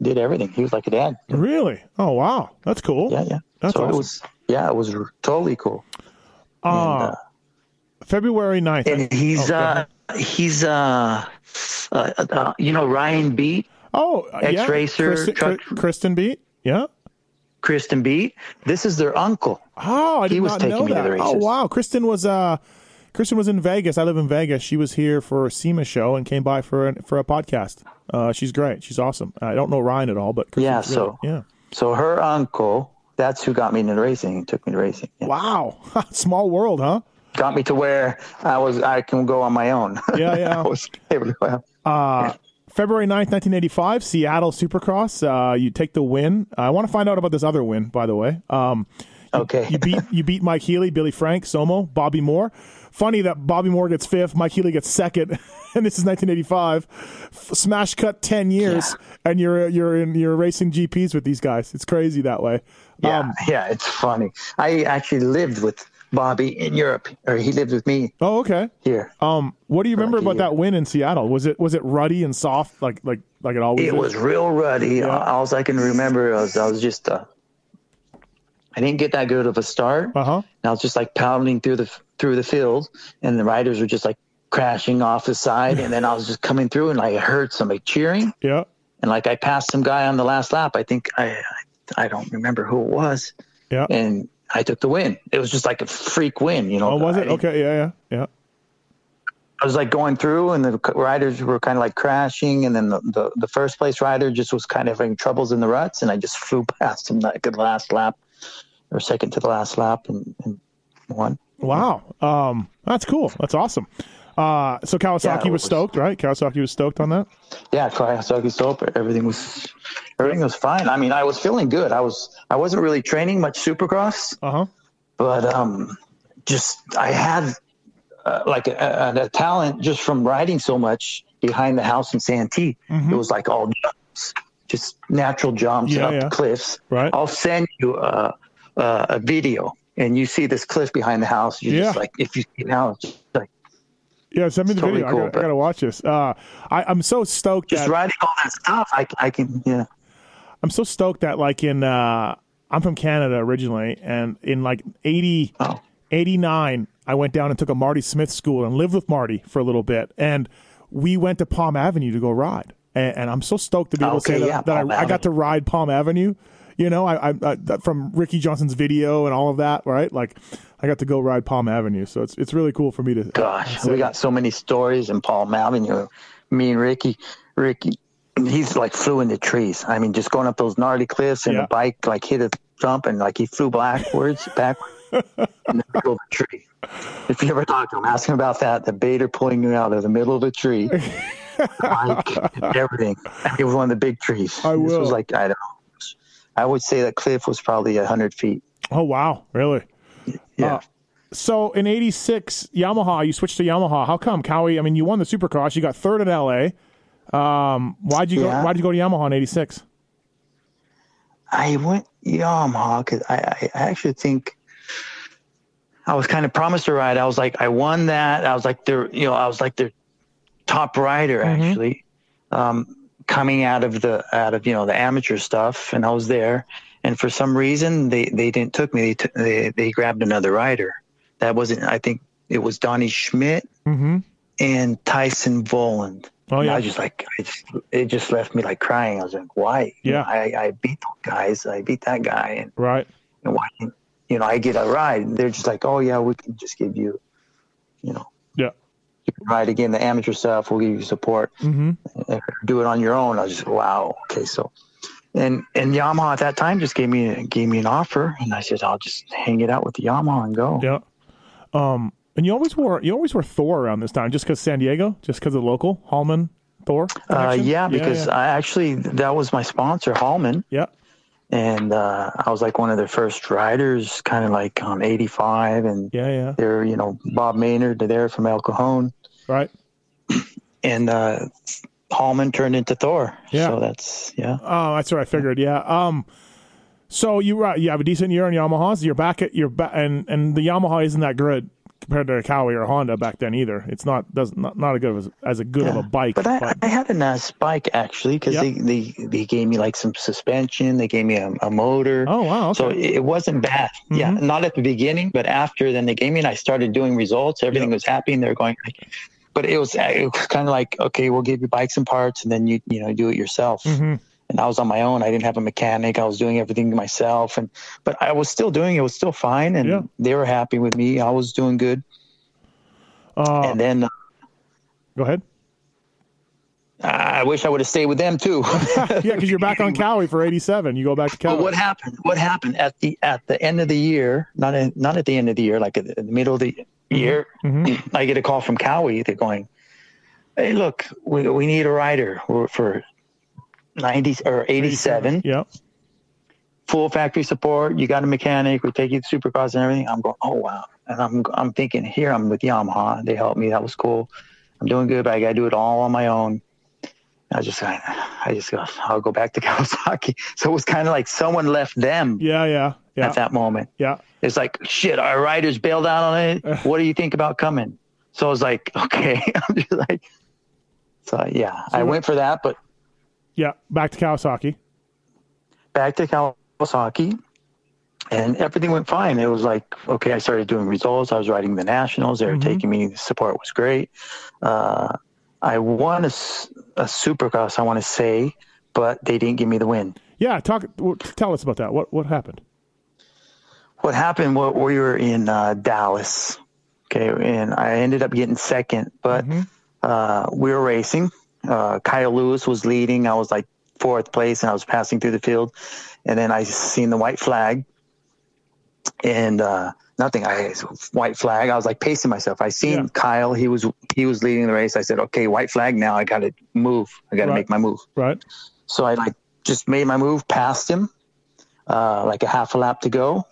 Speaker 2: did everything. He was like a dad.
Speaker 1: really? Oh, wow. That's cool.
Speaker 2: Yeah, yeah.
Speaker 1: That's
Speaker 2: so
Speaker 1: awesome.
Speaker 2: it was yeah, it was r- totally cool.
Speaker 1: Uh,
Speaker 2: and, uh,
Speaker 1: February 9th.
Speaker 2: And he's
Speaker 1: Oh, go
Speaker 2: uh
Speaker 1: ahead.
Speaker 2: he's uh, uh, uh you know Ryan Beat,
Speaker 1: oh, uh, yeah.
Speaker 2: ex-racer,
Speaker 1: Kristen,
Speaker 2: truck-
Speaker 1: Kri- Kristen beat. Yeah.
Speaker 2: Kristen Beat. This is their uncle.
Speaker 1: Oh, I did
Speaker 2: He was
Speaker 1: not
Speaker 2: taking
Speaker 1: know
Speaker 2: me to
Speaker 1: that.
Speaker 2: the
Speaker 1: Oh
Speaker 2: races.
Speaker 1: wow, Kristen was uh, Kristen was in Vegas. I live in Vegas. She was here for a SEMA show and came by for an, for a podcast. Uh, she's great. She's awesome. I don't know Ryan at all, but Kristen's
Speaker 2: Yeah,
Speaker 1: really-
Speaker 2: so-
Speaker 1: yeah.
Speaker 2: So her uncle, that's who got me into racing. Took me to racing. Yeah.
Speaker 1: Wow, small world, huh?
Speaker 2: Got me to where I was. I can go on my own.
Speaker 1: Yeah, yeah.
Speaker 2: I was able to go out.
Speaker 1: February 9th, 1985, Seattle Supercross. Uh, you take the win. I want to find out about this other win, by the way. Um,
Speaker 2: Okay.
Speaker 1: you beat you beat Mike Healy, Billy Frank, Somo, Bobby Moore. Funny that Bobby Moore gets fifth, Mike Healy gets second, and this is 1985. F- smash cut ten years, and you're you're in you're racing GPs with these guys. It's crazy that way. Um,
Speaker 2: Yeah, yeah, it's funny. I actually lived with Bobby in Europe, or he lived with me
Speaker 1: Oh, okay.
Speaker 2: here.
Speaker 1: Um, what do you remember
Speaker 2: Lucky
Speaker 1: about that
Speaker 2: you.
Speaker 1: win in Seattle? Was it was it ruddy and soft like like like it always?
Speaker 2: It
Speaker 1: is?
Speaker 2: was real ruddy. All I can remember was I was just, uh, I didn't get that good of a start.
Speaker 1: Uh-huh.
Speaker 2: And I was just like pounding through the through the field, and the riders were just like crashing off the side, and then I was just coming through, and I heard somebody cheering,
Speaker 1: Yeah.
Speaker 2: and like I passed some guy on the last lap. I think I I don't remember who it was,
Speaker 1: Yeah.
Speaker 2: and I took the win. It was just like a freak win, you know.
Speaker 1: Oh, was
Speaker 2: I
Speaker 1: it?
Speaker 2: didn't-
Speaker 1: Okay. Yeah. Yeah. Yeah.
Speaker 2: I was like going through, and the c- riders were kind of like crashing, and then the, the, the first place rider just was kind of having troubles in the ruts, and I just flew past him like the last lap or second to the last lap and, and won.
Speaker 1: Wow. Um, that's cool. That's awesome. Uh, so Kawasaki
Speaker 2: Yeah, it
Speaker 1: was
Speaker 2: was-
Speaker 1: stoked, right? Kawasaki was stoked on that.
Speaker 2: Yeah, Kawasaki soap. Everything was everything was fine. I mean, I was feeling good. I was I wasn't really training much Supercross,
Speaker 1: Uh huh.
Speaker 2: but um, just I had uh, like a, a, a talent just from riding so much behind the house in Santee. It was like all jumps, just natural jumps
Speaker 1: Mm-hmm. Yeah,
Speaker 2: up
Speaker 1: yeah.
Speaker 2: cliffs.
Speaker 1: Right.
Speaker 2: I'll send you a, a, a video, and you see this cliff behind the house. You're just
Speaker 1: Yeah.
Speaker 2: like, if you see it now, it's just like
Speaker 1: Yeah. Send me the
Speaker 2: Totally
Speaker 1: video.
Speaker 2: cool,
Speaker 1: I, gotta, I
Speaker 2: but-
Speaker 1: gotta watch this. Uh, I, I'm so stoked
Speaker 2: just
Speaker 1: that
Speaker 2: riding all that stuff. I, I can yeah.
Speaker 1: I'm so stoked that like in uh, I'm from Canada originally, and in like 80.
Speaker 2: Oh.
Speaker 1: 89, I went down and took a Marty Smith school and lived with Marty for a little bit. And we went to Palm Avenue to go ride. And, and I'm so stoked to be able to
Speaker 2: Okay,
Speaker 1: say
Speaker 2: yeah,
Speaker 1: that, that
Speaker 2: Palm
Speaker 1: I, I got to ride Palm Avenue. You know, I, I, I that- from Ricky Johnson's video and all of that, right? Like, I got to go ride Palm Avenue, so it's it's really cool for me to.
Speaker 2: gosh,
Speaker 1: say-
Speaker 2: we got so many stories in Paul Avenue. Me and Ricky, Ricky, he's like flew into trees. I mean, just going up those gnarly cliffs and
Speaker 1: Yeah.
Speaker 2: the bike like hit a jump and like he flew backwards, backwards, in the middle of a tree. If you ever talk to him, ask him about that. The Bader pulling you out of the middle of a tree, the bike, everything. It was one of the big trees.
Speaker 1: I
Speaker 2: This
Speaker 1: will.
Speaker 2: was like I don't. know. I would say that cliff was probably hundred feet.
Speaker 1: Oh wow, really?
Speaker 2: Yeah.
Speaker 1: Uh, so in '86, Yamaha, you switched to Yamaha. How come, Cowie? I mean, you won the Supercross. You got third in LA. Um, why'd you
Speaker 2: Yeah.
Speaker 1: go? Why'd you go to Yamaha in '86?
Speaker 2: I went Yamaha because I, I I actually think I was kind of promised a ride. I was like, I won that. I was like, their, you know, I was like their top rider actually, um, coming out of the out of you know the amateur stuff, and I was there. And for some reason, they they didn't took me. They took they they grabbed another rider. That wasn't. I think it was Donnie Schmidt
Speaker 1: Mm-hmm.
Speaker 2: and Tyson Voland.
Speaker 1: Oh,
Speaker 2: And
Speaker 1: yeah.
Speaker 2: I was just like, I just, it just left me like crying. I was like, why? You
Speaker 1: Yeah.
Speaker 2: know, I, I beat those guys. I beat that guy. And,
Speaker 1: Right.
Speaker 2: and why didn't, you know, I get a ride. And they're just like, oh, yeah, we can just give you, you know,
Speaker 1: Yeah.
Speaker 2: you can ride again, the amateur stuff. We'll give you support.
Speaker 1: Mm-hmm.
Speaker 2: And Do it on your own. I was just, wow. Okay. So, and, and Yamaha at that time just gave me, gave me an offer. And I said, I'll just hang it out with Yamaha and go.
Speaker 1: Yeah. Um, and you always wore you always wore Thor around this time, just because San Diego, just because of the local Hallman Thor.
Speaker 2: Uh,
Speaker 1: connection?
Speaker 2: yeah, because
Speaker 1: yeah.
Speaker 2: I actually, that was my sponsor, Hallman.
Speaker 1: yeah.
Speaker 2: and uh, I was like one of their first riders, kind of like on '85, and
Speaker 1: yeah, yeah,
Speaker 2: they're you know Bob Maynard, they're there from El Cajon,
Speaker 1: right.
Speaker 2: and uh, Hallman turned into Thor.
Speaker 1: Yeah.
Speaker 2: so that's yeah.
Speaker 1: Oh, that's what I figured. Yeah. Um, so you uh, you have a decent year in Yamahas. You're back at your ba- and and the Yamaha isn't that good compared to a Cowie or a Honda back then either. It's not doesn't not, not a good as, as a good of a bike.
Speaker 2: But I, I had a nice bike actually because
Speaker 1: Yeah.
Speaker 2: they, they they gave me like some suspension, they gave me a, a motor.
Speaker 1: oh wow,
Speaker 2: So
Speaker 1: okay. Mm-hmm.
Speaker 2: it it wasn't bad. Yeah, not at the beginning, but after then they gave me and I started doing results. Everything was happy and they were going. like- But it was uh, it was kind of like okay, we'll give you bikes and parts, and then you you know do it yourself.
Speaker 1: Mm-hmm.
Speaker 2: And I was on my own. I didn't have a mechanic. I was doing everything myself, and but I was still doing it. it was still fine, and
Speaker 1: Yeah.
Speaker 2: they were happy with me. I was doing good.
Speaker 1: uh,
Speaker 2: And then uh,
Speaker 1: go ahead.
Speaker 2: I wish I would have stayed with them too.
Speaker 1: Yeah, because you're back on Cowie for '87. You go back to Cowie.
Speaker 2: But what happened? What happened at the at the end of the year? Not in, not at the end of the year, like at the, in the middle of the year. I get a call from Cowie. They're going, "Hey, look, we, we need a rider We're- for ninety or eighty-seven
Speaker 1: yeah.
Speaker 2: full factory support. You got a mechanic. We take you to Supercross and everything. I'm going, oh wow, and I'm I'm thinking here I'm with Yamaha. They helped me. That was cool. I'm doing good, but I got to do it all on my own. I just I, I just go. I'll go back to Kawasaki. So it was kind of like someone left them
Speaker 1: Yeah, yeah, Yeah.
Speaker 2: at that moment.
Speaker 1: Yeah.
Speaker 2: It's like, shit, our writers bailed out on it. What do you think about coming? So I was like, okay. I'm just like, so yeah, I went for that, but
Speaker 1: Yeah. Back to Kawasaki.
Speaker 2: back to Kawasaki and everything went fine. It was like, okay, I started doing results. I was riding the nationals. They were taking me. The support was great. Uh, I won a, s- a supercross, I want to say, but they didn't give me the win.
Speaker 1: Yeah. Talk. w- Tell us about that. What What happened?
Speaker 2: what happened was we were in uh, Dallas. Okay, and I ended up getting second, but
Speaker 1: Mm-hmm.
Speaker 2: uh, we were racing. Uh, Kyle Lewis was leading. I was like fourth place, and I was passing through the field, and then I seen the white flag, and uh, nothing. I white flag. I was like pacing myself. I seen
Speaker 1: Yeah.
Speaker 2: Kyle. He was he was leading the race. I said, okay, white flag. Now I got to move. I got to
Speaker 1: Right.
Speaker 2: make my move.
Speaker 1: Right.
Speaker 2: So I like just made my move past him, uh, like a half a lap to go.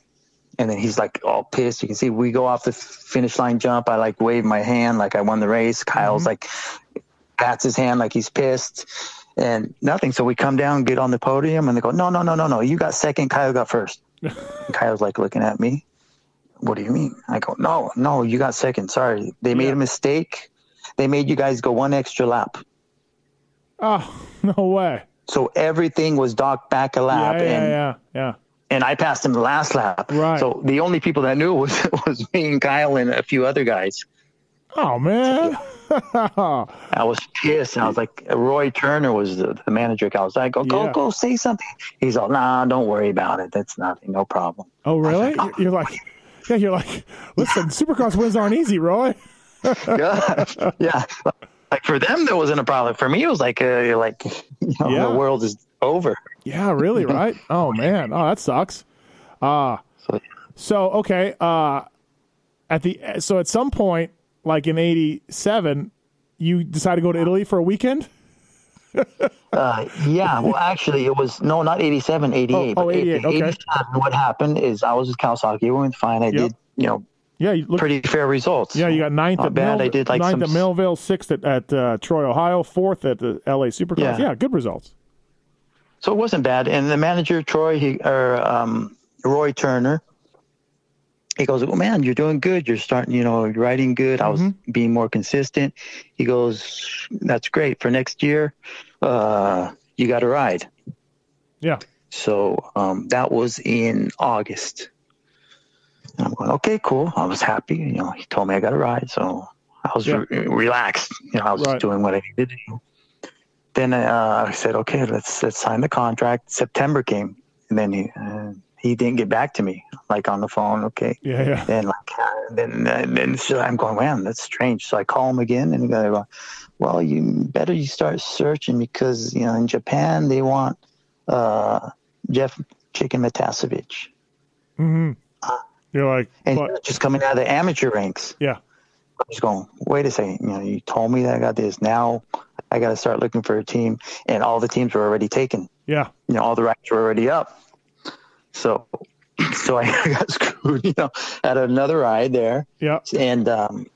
Speaker 2: And then he's like all pissed. You can see we go off the f- finish line jump. I like wave my hand like I won the race. Kyle's like pats his hand like he's pissed and nothing. So we come down, get on the podium, and they go, No, no, no, no, no. You got second. Kyle got first. And Kyle's like looking at me. What do you mean? I go, No, no, you got second. Sorry. They made a mistake. They made you guys go one extra lap.
Speaker 1: Oh no way.
Speaker 2: So everything was docked back a lap,
Speaker 1: Yeah. Yeah.
Speaker 2: and,
Speaker 1: Yeah. Yeah.
Speaker 2: and I passed him the last lap.
Speaker 1: Right.
Speaker 2: So the only people that knew was was me and Kyle and a few other guys.
Speaker 1: Oh man.
Speaker 2: I was pissed. I was like, Roy Turner was the, the manager. I was like, go, go,
Speaker 1: Yeah.
Speaker 2: go, say something. He's all, nah, don't worry about it. That's nothing, no problem.
Speaker 1: Oh really? You're- You're like. Yeah. You're like. Listen. Supercross wins aren't easy, Roy.
Speaker 2: yeah. yeah. Like for them, that wasn't a problem. For me, it was like, uh, like you know,
Speaker 1: Yeah.
Speaker 2: the world is over.
Speaker 1: Yeah, really, right? Oh man, oh that sucks. Ah,
Speaker 2: So-
Speaker 1: so okay, uh, at the so at some point, like in '87, you decided to go to Italy for a weekend.
Speaker 2: Uh, yeah, well, actually, it was no, not 87, 88.
Speaker 1: Oh, oh,
Speaker 2: but
Speaker 1: 88, okay.
Speaker 2: 87, what happened is I was with Kawasaki. We went fine. I did, you know,
Speaker 1: Yeah, you look.
Speaker 2: pretty fair results.
Speaker 1: yeah, you got ninth
Speaker 2: Not
Speaker 1: at
Speaker 2: bad.
Speaker 1: Mil-
Speaker 2: I did like
Speaker 1: ninth
Speaker 2: some.
Speaker 1: at Millville, sixth at, at uh, Troy, Ohio, fourth at the LA Supercross. Yeah.
Speaker 2: Yeah.
Speaker 1: good results.
Speaker 2: so it wasn't bad. And the manager, Troy, he or um, Roy Turner, he goes, "Well, man, you're doing good. You're starting. You know, you're writing good. I was
Speaker 1: Mm-hmm.
Speaker 2: being more consistent." He goes, "That's great for next year. Uh, you got to ride."
Speaker 1: Yeah,
Speaker 2: So um, that was in August. And I'm going, okay, cool. I was happy. You know, he told me I got a ride, so I was
Speaker 1: Yeah.
Speaker 2: re- relaxed. You know, I was
Speaker 1: Right.
Speaker 2: just doing what I needed to do. Then uh, I said, okay, let's let's sign the contract. September came, and then he uh, he didn't get back to me, like on the phone. Okay,
Speaker 1: yeah, yeah.
Speaker 2: and like uh, then uh, then so I'm going, man, that's strange. So I call him again, and they go, well, you better you start searching because you know in Japan they want uh, Jeff Chicken Matasevich,
Speaker 1: Mm-hmm. You're like,
Speaker 2: and
Speaker 1: but,
Speaker 2: just coming out of the amateur ranks.
Speaker 1: yeah,
Speaker 2: I'm just going, wait a second, you know, you told me that I got this. Now I got to start looking for a team, and all the teams were already taken.
Speaker 1: yeah,
Speaker 2: you know, all the racks were already up. So, so I got screwed, you know, at another ride there.
Speaker 1: yeah.
Speaker 2: And, um,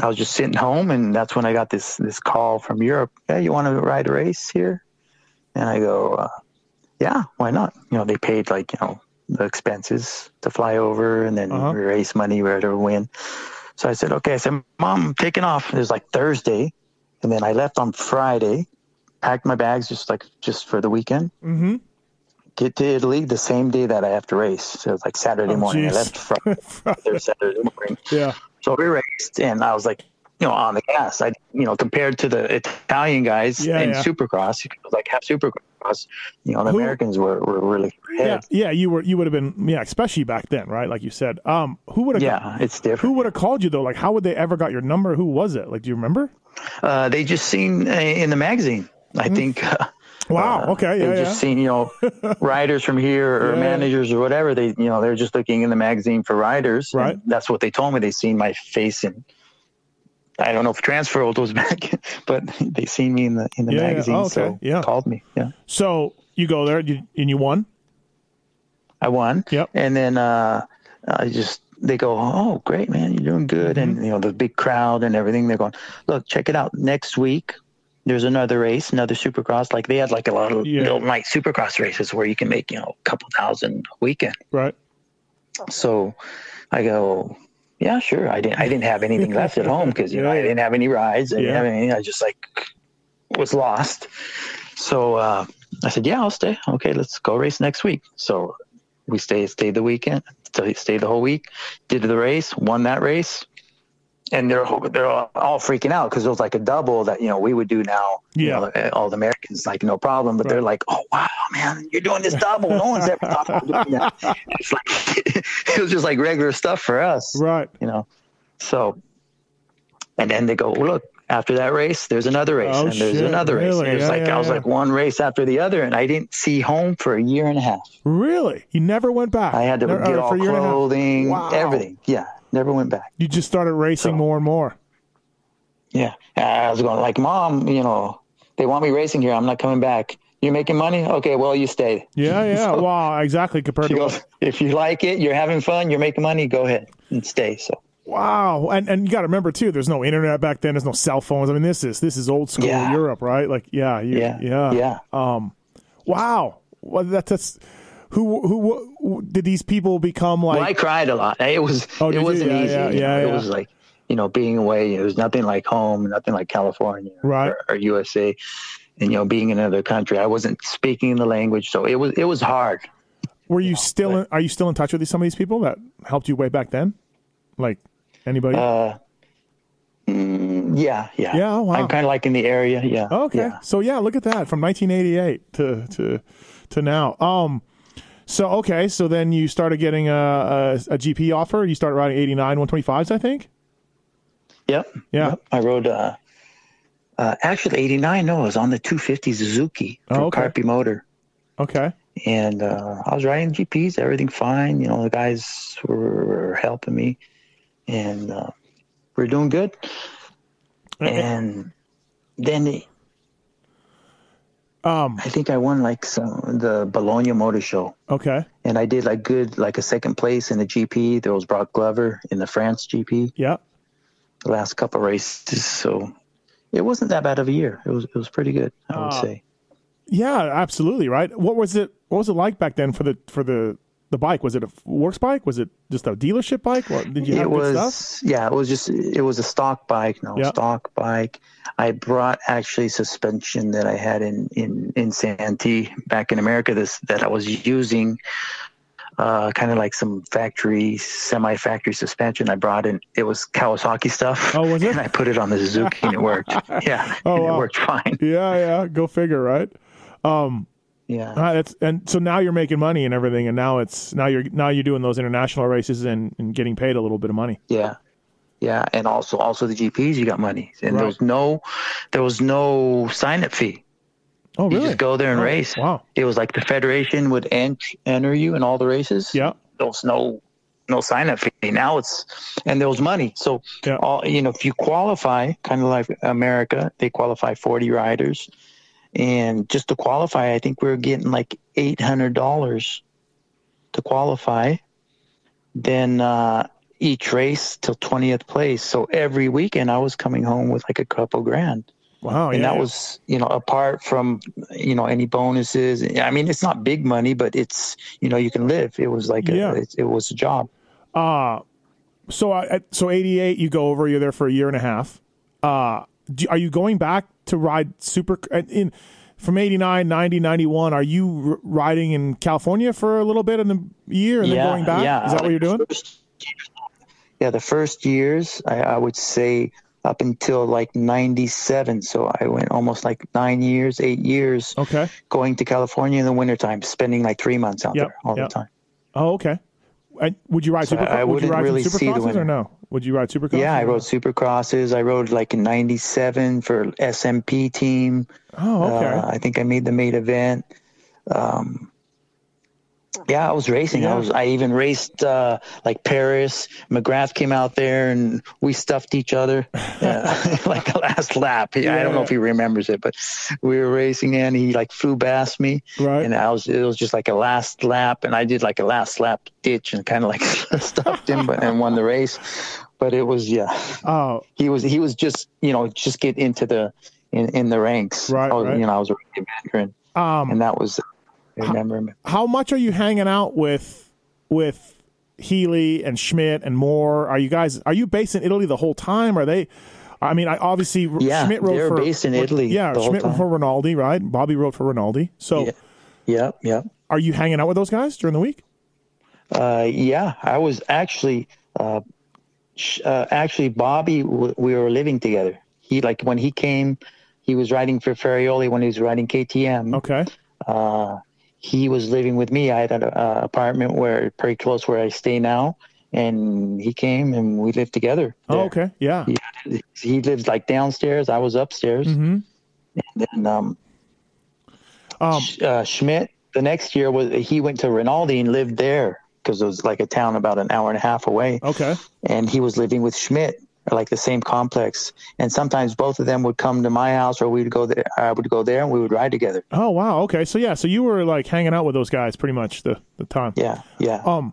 Speaker 2: I was just sitting home and that's when I got this, this call from Europe. Yeah. You want to ride a race here? And I go, uh, yeah, why not? You know, they paid like, you know, the expenses to fly over and then
Speaker 1: Uh-huh.
Speaker 2: race money, wherever we win. So I said, okay. I said, mom, I'm taking off. It was like Thursday. And then I left on Friday, packed my bags just like, just for the weekend
Speaker 1: Mm-hmm.
Speaker 2: get to Italy the same day that I have to race. So it was like Saturday
Speaker 1: Oh,
Speaker 2: morning.
Speaker 1: jeez.
Speaker 2: I left Friday, Saturday, Saturday morning.
Speaker 1: Yeah,
Speaker 2: So we raced, and I was like, you know, on the gas. I, you know, compared to the Italian guys
Speaker 1: Yeah,
Speaker 2: in
Speaker 1: yeah.
Speaker 2: Supercross, it was like half Supercross. You know, the
Speaker 1: Who-
Speaker 2: Americans were, were really
Speaker 1: yeah,
Speaker 2: ahead.
Speaker 1: yeah. You were, you would have been, yeah, especially back then, right? Like you said, um, who would have,
Speaker 2: Yeah, it's different.
Speaker 1: who would have called you though? Like, how would they ever got your number? Who was it? Like, do you remember?
Speaker 2: Uh, they just seen uh, in the magazine. I think. Uh,
Speaker 1: Wow. Hmm. okay.
Speaker 2: they
Speaker 1: Yeah.
Speaker 2: just
Speaker 1: yeah.
Speaker 2: seen you know riders from here or
Speaker 1: Yeah.
Speaker 2: managers or whatever. They you know they're just looking in the magazine for riders. and
Speaker 1: Right.
Speaker 2: That's what they told me. They seen my face in. I don't know if transfer world was back, but they seen me in the in the
Speaker 1: Yeah, yeah.
Speaker 2: magazine,
Speaker 1: Oh, okay.
Speaker 2: so
Speaker 1: Yeah.
Speaker 2: called me. Yeah,
Speaker 1: so you go there you, and you won.
Speaker 2: I won.
Speaker 1: Yep.
Speaker 2: And then uh, I just they go, oh great man, you're doing good,
Speaker 1: Mm-hmm.
Speaker 2: and you know the big crowd and everything. They're going, look, check it out next week. There's another race, another supercross. Like they had like a lot of
Speaker 1: Yeah.
Speaker 2: little night supercross races where you can make you know a couple thousand a weekend.
Speaker 1: Right.
Speaker 2: So I go, yeah, sure. I didn't I didn't have anything left at home because you know I didn't have any rides. I didn't
Speaker 1: Yeah.
Speaker 2: have anything. I just like was lost. So uh, I said, yeah, I'll stay. Okay, let's go race next week. So we stay stayed the weekend, stay- stayed the whole week. Did the race, won that race. And they're they're all all freaking out because it was like a double that you know we would do now. You
Speaker 1: Yeah.
Speaker 2: know, eh, all the Americans like no problem, but they're like, oh wow, man, you're doing this double. No one's ever thought about doing that. It's like it was just like regular stuff for us
Speaker 1: Right.
Speaker 2: you know. So, and then they go, well, look, after that race, there's another race,
Speaker 1: Oh,
Speaker 2: and there's
Speaker 1: shit,
Speaker 2: another race.
Speaker 1: really?
Speaker 2: And it's
Speaker 1: Yeah,
Speaker 2: like
Speaker 1: yeah,
Speaker 2: I was
Speaker 1: yeah.
Speaker 2: like one race after the other, and I didn't see home for a year and a half.
Speaker 1: Really? You never went back.
Speaker 2: I had to
Speaker 1: Ne-
Speaker 2: get
Speaker 1: or
Speaker 2: all
Speaker 1: for a year and a half.
Speaker 2: clothing,
Speaker 1: Wow.
Speaker 2: everything. Yeah, never went back.
Speaker 1: You just started racing
Speaker 2: So-
Speaker 1: more and more.
Speaker 2: Yeah, And I was going like, mom, you know, they want me racing here. I'm not coming back. You're making money, okay? Well, you stayed.
Speaker 1: Yeah, yeah. wow, exactly. Compared
Speaker 2: She
Speaker 1: to
Speaker 2: goes, if you like it, you're having fun, you're making money, go ahead and stay. So
Speaker 1: wow, and and you got to remember too. There's no internet back then. There's no cell phones. I mean, this is this is old school
Speaker 2: Yeah.
Speaker 1: Europe, right? Like, yeah, you,
Speaker 2: yeah,
Speaker 1: yeah,
Speaker 2: yeah.
Speaker 1: Wow, well, that's, that's who, who who did these people become like?
Speaker 2: Well, I cried a lot. It was
Speaker 1: Oh, did
Speaker 2: it
Speaker 1: you?
Speaker 2: wasn't
Speaker 1: Yeah,
Speaker 2: easy.
Speaker 1: yeah,
Speaker 2: you know.
Speaker 1: yeah,
Speaker 2: It
Speaker 1: yeah.
Speaker 2: was like you know being away. It was nothing like home. Nothing like California
Speaker 1: Right.
Speaker 2: or, or USA. And you know being in another country, I wasn't speaking the language, so it was it was hard.
Speaker 1: were you still? In, are you still in touch with these, some of these people that helped you way back then? Like anybody?
Speaker 2: Uh, Yeah, yeah.
Speaker 1: Yeah, oh, wow.
Speaker 2: I'm kind of like in the area. Yeah.
Speaker 1: Oh, Okay.
Speaker 2: Yeah.
Speaker 1: So yeah, look at that from 1988 to to to now. Um. So okay, so then you started getting a, a, a GP offer. You started riding 89 125s, I think.
Speaker 2: Yep.
Speaker 1: Yeah.
Speaker 2: Yep. I rode. Uh, uh, actually, '89. No, it was on the 250 Suzuki from
Speaker 1: Oh, okay.
Speaker 2: Carpi Motor.
Speaker 1: Okay.
Speaker 2: and uh, I was riding GPS, everything fine. You know, the guys were helping me, and uh, we are doing good. And then, they,
Speaker 1: Um.
Speaker 2: I think I won like some the Bologna Motor Show,
Speaker 1: Okay.
Speaker 2: and I did like good, like a second place in the GP. There was Brock Glover in the France GP,
Speaker 1: Yeah.
Speaker 2: the last couple races, so it wasn't that bad of a year. It was it was pretty good, I would say.
Speaker 1: Yeah. Absolutely. Right. What was it? What was it like back then for the for the the bike? Was it a works bike? Was it just a dealership bike? What, did you have
Speaker 2: it
Speaker 1: good
Speaker 2: was
Speaker 1: stuff?
Speaker 2: yeah it was just it was a stock bike no
Speaker 1: Yeah.
Speaker 2: stock bike i brought actually suspension that i had in in in santee back in america this that i was using uh kind of like some factory semi factory suspension i brought in it was kawasaki stuff
Speaker 1: Oh, was it?
Speaker 2: and i put it on the suzuki and it worked yeah
Speaker 1: Oh,
Speaker 2: and
Speaker 1: wow.
Speaker 2: it worked fine
Speaker 1: Yeah. Yeah. Go figure. Right.
Speaker 2: yeah
Speaker 1: Uh, that's and so now you're making money and everything, and now it's now you're now you're doing those international races and, and getting paid a little bit of money.
Speaker 2: Yeah. Yeah. And also, also the GPs, you got money and
Speaker 1: Right.
Speaker 2: there was no, there was no sign up fee.
Speaker 1: Oh,
Speaker 2: You
Speaker 1: really?
Speaker 2: just go there and
Speaker 1: Oh,
Speaker 2: race.
Speaker 1: wow.
Speaker 2: It was like the Federation would en- enter you in all the races.
Speaker 1: Yeah.
Speaker 2: There was no, no sign up fee. Now it's, and there was money. So,
Speaker 1: Yeah.
Speaker 2: all, you know, if you qualify, kind of like America, they qualify 40 riders. And just to qualify, I think we were getting like $800 to qualify. Then, uh, each race till 20th place. So every weekend I was coming home with like a couple grand
Speaker 1: Wow.
Speaker 2: and
Speaker 1: Oh, yeah.
Speaker 2: that was you know apart from you know any bonuses i mean it's not big money but it's you know you can live it was like
Speaker 1: Yeah.
Speaker 2: a, it, it was a job
Speaker 1: so I, I- so 88 you go over you're there for a year and a half uh do, are you going back to ride super uh, in from 89 90 91 are you r- riding in california for a little bit in the year and then going back is that what you're doing
Speaker 2: yeah the first years I, I would say up until like 97 so i went almost like nine years eight years
Speaker 1: okay
Speaker 2: going to california in the wintertime spending like three months out
Speaker 1: Yep,
Speaker 2: there all
Speaker 1: yep.
Speaker 2: the time
Speaker 1: oh okay I, would you ride
Speaker 2: So
Speaker 1: super would
Speaker 2: I
Speaker 1: you
Speaker 2: wouldn't
Speaker 1: ride
Speaker 2: really
Speaker 1: super
Speaker 2: see the
Speaker 1: crosses or
Speaker 2: winner.
Speaker 1: no would you ride super crosses
Speaker 2: yeah i
Speaker 1: or-
Speaker 2: rode supercrosses i rode like in 97 for smp team
Speaker 1: oh okay
Speaker 2: Uh, I think I made the main event. Um, yeah, I was racing.
Speaker 1: Yeah.
Speaker 2: I was. I even raced uh, like Paris. McGrath came out there, and we stuffed each other uh, like the last lap. Yeah, I don't know if he remembers it, but we were racing, and he like flew past me.
Speaker 1: Right.
Speaker 2: And I was. It was just like a last lap, and I did like a last lap ditch and kind of like stuffed him, but and won the race. But it was yeah
Speaker 1: oh
Speaker 2: he was he was just you know just get into the in, in the ranks.
Speaker 1: Right,
Speaker 2: I was,
Speaker 1: right.
Speaker 2: You know, I was a rookie veteran,
Speaker 1: um
Speaker 2: and that was I remember him.
Speaker 1: how much are you hanging out with with Healy and Schmidt and Moore? Are you guys are you based in Italy the whole time? Are they? I mean, I obviously
Speaker 2: Yeah,
Speaker 1: Schmidt wrote
Speaker 2: they're
Speaker 1: for
Speaker 2: based in Italy
Speaker 1: Yeah,
Speaker 2: the whole
Speaker 1: Schmidt wrote
Speaker 2: time.
Speaker 1: for Rinaldi, right? Bobby wrote for Rinaldi. So,
Speaker 2: Yeah. Yep, yep.
Speaker 1: are you hanging out with those guys during the week?
Speaker 2: Mm-hmm. Uh, yeah, I was actually, uh, sh- uh, actually Bobby. W- we were living together. He like when he came, he was riding for Ferrioli when he was riding KTM.
Speaker 1: Okay,
Speaker 2: Uh, he was living with me. I had an uh, apartment where pretty close where I stay now, and he came and we lived together.
Speaker 1: oh,
Speaker 2: there.
Speaker 1: okay, yeah,
Speaker 2: Yeah, he lived like downstairs. I was upstairs.
Speaker 1: Mhm.
Speaker 2: And then um,
Speaker 1: um,
Speaker 2: Sch- uh, Schmidt the next year was he went to Rinaldi and lived there because it was like a town about an hour and a half away.
Speaker 1: okay,
Speaker 2: And he was living with Schmidt, like the same complex. And sometimes both of them would come to my house, or we'd go there. I would go there, and we would ride together.
Speaker 1: oh wow, okay. So yeah, so you were like hanging out with those guys pretty much the the time.
Speaker 2: Yeah, yeah,
Speaker 1: Um,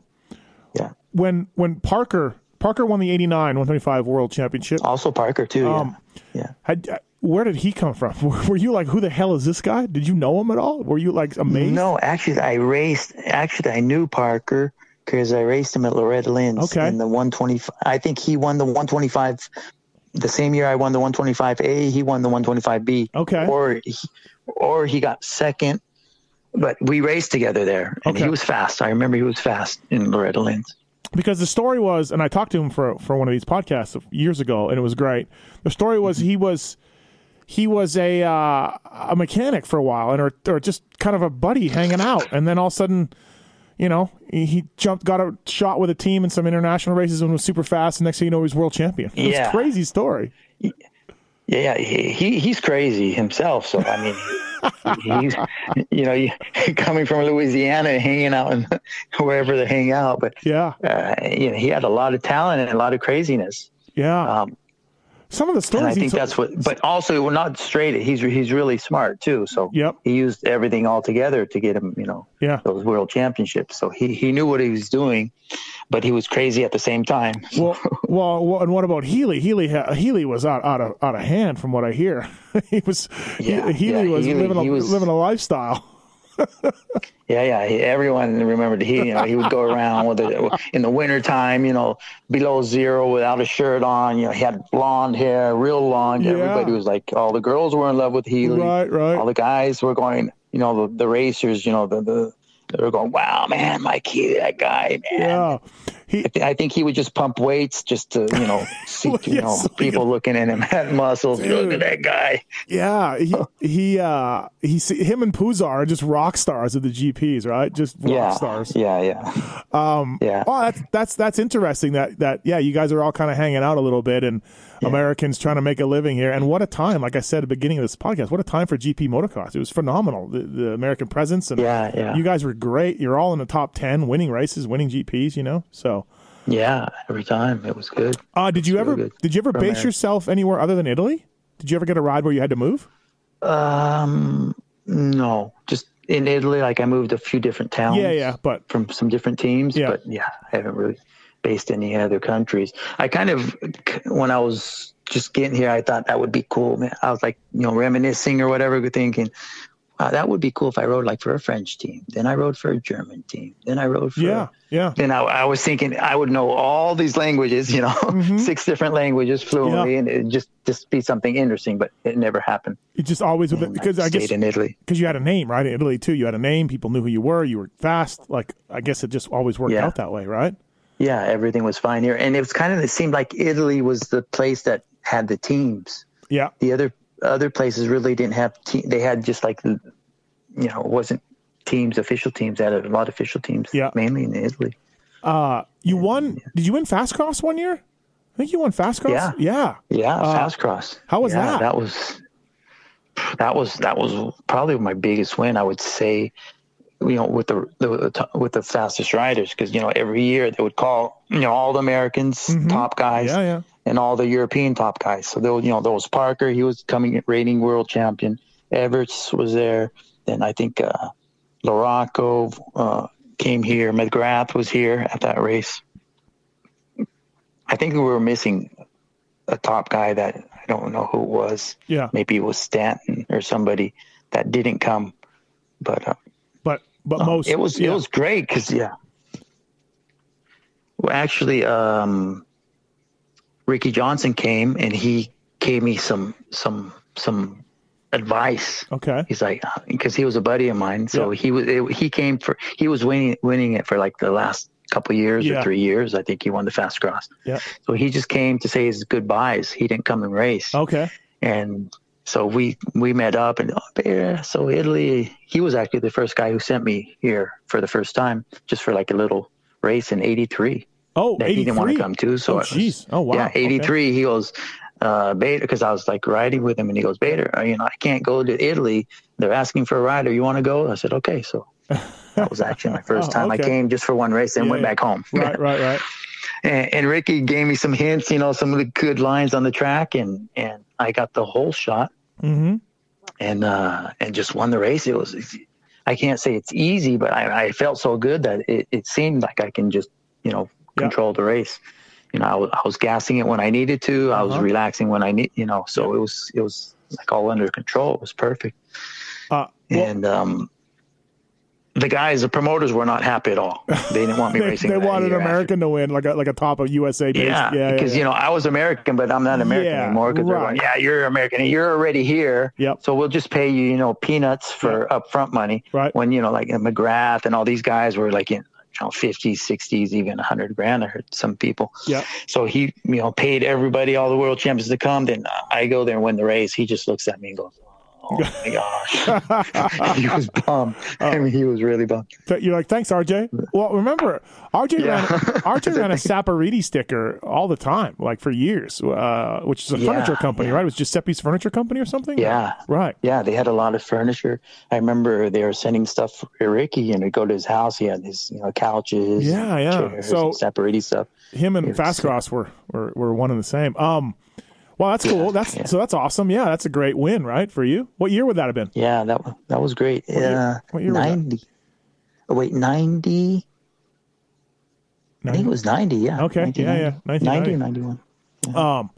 Speaker 2: yeah.
Speaker 1: when when Parker Parker won the eighty nine one twenty five world championship,
Speaker 2: Also Parker too. yeah.
Speaker 1: Um,
Speaker 2: yeah.
Speaker 1: had, where did he come from? Were you like, who the hell is this guy? Did you know him at all? Were you like amazed?
Speaker 2: No, actually, I raced. Actually, I knew Parker because I raced him at Loretta Lynn's
Speaker 1: Okay.
Speaker 2: in the 125. I think he won the 125 the same year I won the 125A. He won the 125B.
Speaker 1: Okay.
Speaker 2: Or he, or he got second. But we raced together there, and
Speaker 1: Okay.
Speaker 2: he was fast. I remember he was fast in Loretta Lynn's.
Speaker 1: because the story was, and I talked to him for for one of these podcasts years ago, and it was great. The story was
Speaker 2: Mm-hmm.
Speaker 1: he was he was a uh, a mechanic for a while, and or, or just kind of a buddy hanging out, and then all of a sudden, you know, he, he jumped, got a shot with a team in some international races, and was super fast. And next thing you know, he's world champion. It was
Speaker 2: Yeah.
Speaker 1: a crazy story.
Speaker 2: Yeah, yeah, he, he he's crazy himself. So I mean, he's you know you- coming from Louisiana, and hanging out and wherever they hang out, but
Speaker 1: Yeah,
Speaker 2: uh, you know, he had a lot of talent and a lot of craziness.
Speaker 1: yeah.
Speaker 2: Um,
Speaker 1: Some of the
Speaker 2: and
Speaker 1: stories.
Speaker 2: I
Speaker 1: he
Speaker 2: think
Speaker 1: to-
Speaker 2: that's what, but also well, not straight. He's, he's really smart too. So
Speaker 1: Yep.
Speaker 2: he used everything all together to get him, you know,
Speaker 1: Yeah.
Speaker 2: those world championships. So he, he knew what he was doing, but he was crazy at the same time.
Speaker 1: Well, well, well, and what about Healy? Healy, ha- Healy was out, out of out of hand, from what I hear. he was, he-
Speaker 2: Yeah,
Speaker 1: Healy
Speaker 2: yeah,
Speaker 1: was
Speaker 2: Healy-
Speaker 1: living a,
Speaker 2: he was-
Speaker 1: living a lifestyle.
Speaker 2: Yeah, yeah. He, everyone remembered he, you know, he would go around with it in the wintertime, you know, below zero without a shirt on. You know, he had blonde hair, real long.
Speaker 1: Yeah.
Speaker 2: Everybody was like, all the girls were in love with Healy.
Speaker 1: Right, right.
Speaker 2: All the guys were going, you know, the, the racers, you know, the, the they were going, wow, man, Mike Healy, that guy, man.
Speaker 1: Yeah, he
Speaker 2: I think he would just pump weights just to, you know, see,
Speaker 1: Well,
Speaker 2: you know,
Speaker 1: yes.
Speaker 2: people looking at him had muscles. Look
Speaker 1: Dude.
Speaker 2: at that guy.
Speaker 1: Yeah, he he uh he him and Puzar are just rock stars of the GPs, right? Just rock
Speaker 2: yeah.
Speaker 1: stars.
Speaker 2: Yeah, yeah. Um, yeah.
Speaker 1: Oh, that's that's that's interesting. That that yeah, you guys are all kind of hanging out a little bit, and Americans trying to make a living here. And what a time! Like I said at the beginning of this podcast, what a time for GP motocross. It was phenomenal. The, the American presence and
Speaker 2: Yeah, yeah.
Speaker 1: you guys were great. You're all in the top ten, winning races, winning GPs. You know, so
Speaker 2: Yeah. Every time it was good.
Speaker 1: uh, did you
Speaker 2: really
Speaker 1: ever
Speaker 2: good
Speaker 1: did you ever
Speaker 2: for
Speaker 1: base
Speaker 2: America.
Speaker 1: yourself anywhere other than Italy? Did you ever get a ride where you had to move?
Speaker 2: Um, no, just in Italy. Like I moved a few different towns.
Speaker 1: Yeah, yeah, but
Speaker 2: From some different teams,
Speaker 1: Yeah.
Speaker 2: but yeah, I haven't really based in any other countries. I kind of when I was just getting here, I thought that would be cool. Man, I was like, you know, reminiscing or whatever, thinking. Wow, that would be cool if I rode like for a French team. Then I rode for a German team. Then I rode for
Speaker 1: yeah, yeah.
Speaker 2: and I, I was thinking I would know all these languages, you know,
Speaker 1: Mm-hmm.
Speaker 2: six different languages fluently, and it just just be something interesting. But it never happened.
Speaker 1: It just always with
Speaker 2: And
Speaker 1: because
Speaker 2: I
Speaker 1: I
Speaker 2: stayed
Speaker 1: guess
Speaker 2: in Italy.
Speaker 1: because you had a name, right? In Italy too, you had a name. People knew who you were. You were fast. Like I guess it just always worked
Speaker 2: Yeah.
Speaker 1: out that way, right?
Speaker 2: Yeah, everything was fine here, and it was kind of it seemed like Italy was the place that had the teams.
Speaker 1: Yeah,
Speaker 2: The other other places really didn't have te- they had just like the- you know it wasn't teams official teams they had a lot of official teams
Speaker 1: Yeah.
Speaker 2: mainly in Italy.
Speaker 1: you won. Did you win fast cross one year? I think you won fast cross.
Speaker 2: Yeah.
Speaker 1: yeah.
Speaker 2: Yeah, fast cross.
Speaker 1: Uh, how was
Speaker 2: Yeah,
Speaker 1: that?
Speaker 2: That was that was that was probably my biggest win. I would say, you know, with the, the with the fastest riders, because you know every year they would call you know all the Americans top guys
Speaker 1: Mm-hmm. Yeah, yeah.
Speaker 2: and all the European top guys. So there, was- you know, there was Parker. He was coming reigning world champion. Everts was there. Then I think uh, Larocco uh, came here. McGrath was here at that race. I think we were missing a top guy that I don't know who it was.
Speaker 1: Yeah.
Speaker 2: Maybe it was Stanton or somebody that didn't come. But uh,
Speaker 1: But but most
Speaker 2: Oh, it was
Speaker 1: yeah.
Speaker 2: it was great because yeah, Well, actually, um, Ricky Johnson came and he gave me some some some advice.
Speaker 1: Okay.
Speaker 2: He's like, because he was a buddy of mine, so he was it, he came for he was winning winning it for like the last couple years
Speaker 1: Yeah.
Speaker 2: or three years. I think he won the fast cross.
Speaker 1: Yeah.
Speaker 2: So he just came to say his goodbyes. He didn't come and race.
Speaker 1: Okay.
Speaker 2: And so we we met up and oh, yeah, so Italy. He was actually the first guy who sent me here for the first time, just for like a little race in '83
Speaker 1: Oh,
Speaker 2: that he didn't want to
Speaker 1: 83.
Speaker 2: come to. So
Speaker 1: Oh,
Speaker 2: I was-
Speaker 1: jeez. Oh, wow.
Speaker 2: Yeah,
Speaker 1: Okay.
Speaker 2: 83. He goes, uh, Bader, because I was like riding with him, and he goes, Bader, uh, you know, I can't go to Italy. They're asking for a rider. You want to go? I said, okay. So that was actually my first
Speaker 1: Oh,
Speaker 2: time.
Speaker 1: okay.
Speaker 2: I came just for one race and
Speaker 1: Yeah,
Speaker 2: went
Speaker 1: yeah.
Speaker 2: back home.
Speaker 1: Right, right, right.
Speaker 2: and, and Ricky gave me some hints, you know, some of the good lines on the track, and and I got the whole shot
Speaker 1: Mm-hmm.
Speaker 2: and uh, and just won the race. It was I can't say it's easy, but I, I felt so good that it, it seemed like I can just you know
Speaker 1: Yeah.
Speaker 2: control the race. You know, I was, I was gassing it when I needed to. I was
Speaker 1: Uh-huh.
Speaker 2: relaxing when I need. You know, so it was it was like all under control. It was perfect.
Speaker 1: Uh, well,
Speaker 2: and um, the guys, the promoters, were not happy at all. They didn't want me
Speaker 1: they,
Speaker 2: racing.
Speaker 1: they
Speaker 2: that
Speaker 1: wanted
Speaker 2: year after.
Speaker 1: American to win, like a like a top of USA. Based.
Speaker 2: Yeah,
Speaker 1: yeah,
Speaker 2: because you know I was American, but I'm not American
Speaker 1: Yeah,
Speaker 2: anymore. Because
Speaker 1: right.
Speaker 2: they're going, yeah, you're American, and you're already here.
Speaker 1: Yep.
Speaker 2: So we'll just pay you, you know, peanuts for upfront money.
Speaker 1: Right.
Speaker 2: When you know, like McGrath and all these guys were like in you know, 50s, 60s, even 100 grand. I heard some people.
Speaker 1: yeah,
Speaker 2: So he, you know, paid everybody, all the world champions to come. Then I go there and win the race. He just looks at me and goes, "Oh my gosh!" he was bummed.
Speaker 1: Oh.
Speaker 2: I mean, he was really bummed.
Speaker 1: So You're like, thanks, RJ. Well, remember, RJ
Speaker 2: Yeah.
Speaker 1: ran RJ ran a Saporiti sticker all the time, like for years, uh, which is a
Speaker 2: Yeah,
Speaker 1: furniture company, right? It was Giuseppe's Furniture Company or something.
Speaker 2: Yeah.
Speaker 1: Right.
Speaker 2: Yeah, they had a lot of furniture. I remember they were sending stuff for Ricky, and we go to his house. He had his, you know, couches,
Speaker 1: Yeah,
Speaker 2: and
Speaker 1: yeah.
Speaker 2: chairs,
Speaker 1: So-
Speaker 2: and separate stuff.
Speaker 1: Him and
Speaker 2: Yes.
Speaker 1: Fast Cross were, were were one and the same. Um, well, that's cool. That's
Speaker 2: yeah.
Speaker 1: so that's awesome. Yeah, that's a great win, right, for you. What year would that have been?
Speaker 2: Yeah, that wa- that was great. Yeah,
Speaker 1: what year was that?
Speaker 2: ninety. Oh, wait, ninety. I think it was ninety. Yeah.
Speaker 1: Okay, yeah, yeah,
Speaker 2: 90
Speaker 1: 1990.
Speaker 2: or ninety-one.
Speaker 1: Um,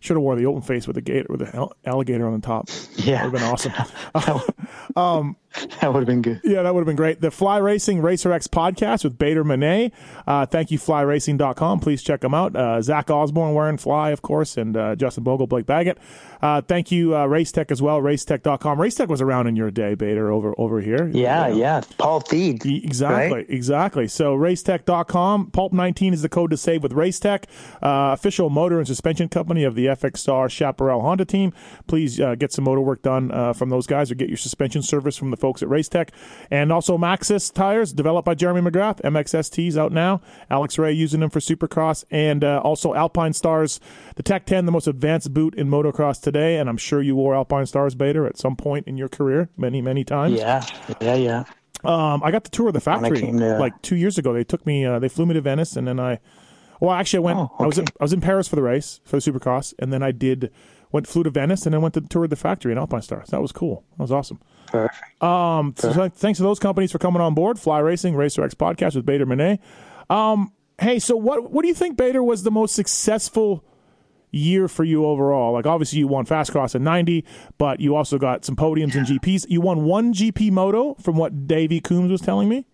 Speaker 1: should have wore the open face with the gator with the al- alligator on the top.
Speaker 2: Yeah,
Speaker 1: Would have been awesome.
Speaker 2: that would have been good.
Speaker 1: Yeah, that would have been great. The Fly Racing Racer X podcast with Bader Monet. Uh, thank you, flyracing.com. Please check them out. Uh, Zach Osborne wearing Fly, of course, and uh, Justin Bogle, Blake Baggett. Uh, thank you, uh, Race Tech as well, racetech.com. Race Tech was around in your day, Bader, over over here.
Speaker 2: Yeah, yeah. Paul Feed.
Speaker 1: E- Exactly,
Speaker 2: Right?
Speaker 1: exactly. So racetech.com, pulp19 is the code to save with Racetech, uh, official motor and suspension company of the FX Star Chaparral Honda team. Please uh, get some motor work done uh, from those guys or get your suspension service from the folks at Racetech. And also Maxxis tires developed by Jeremy McGrath, MXST's out now. Alex Ray using them for Supercross and uh, also Alpine Stars, the Tech 10, the most advanced boot in motocross today. And I'm sure you wore Alpine Stars Bader at some point in your career, many, many times.
Speaker 2: Yeah, yeah, yeah.
Speaker 1: Um, I got the tour of the
Speaker 2: I
Speaker 1: factory
Speaker 2: came to-
Speaker 1: like two years ago. They took me, uh, they flew me to Venice, and then I, well, actually, I went.
Speaker 2: Oh,
Speaker 1: I was in,
Speaker 2: okay.
Speaker 1: I was in Paris for the race for the Supercross, and then I did went flew to Venice, and then went to the tour of the factory in Alpine Stars. That was cool. That was awesome.
Speaker 2: Perfect.
Speaker 1: Um, so th- thanks to those companies for coming on board. Fly Racing, Racer X Podcast with Bader Monet. Um, hey, so what what do you think Bader was the most successful year for you overall? Like obviously you won Fast Cross in ninety, but you also got some podiums in GPs. You won one GP moto from what Davey Coombs was telling me.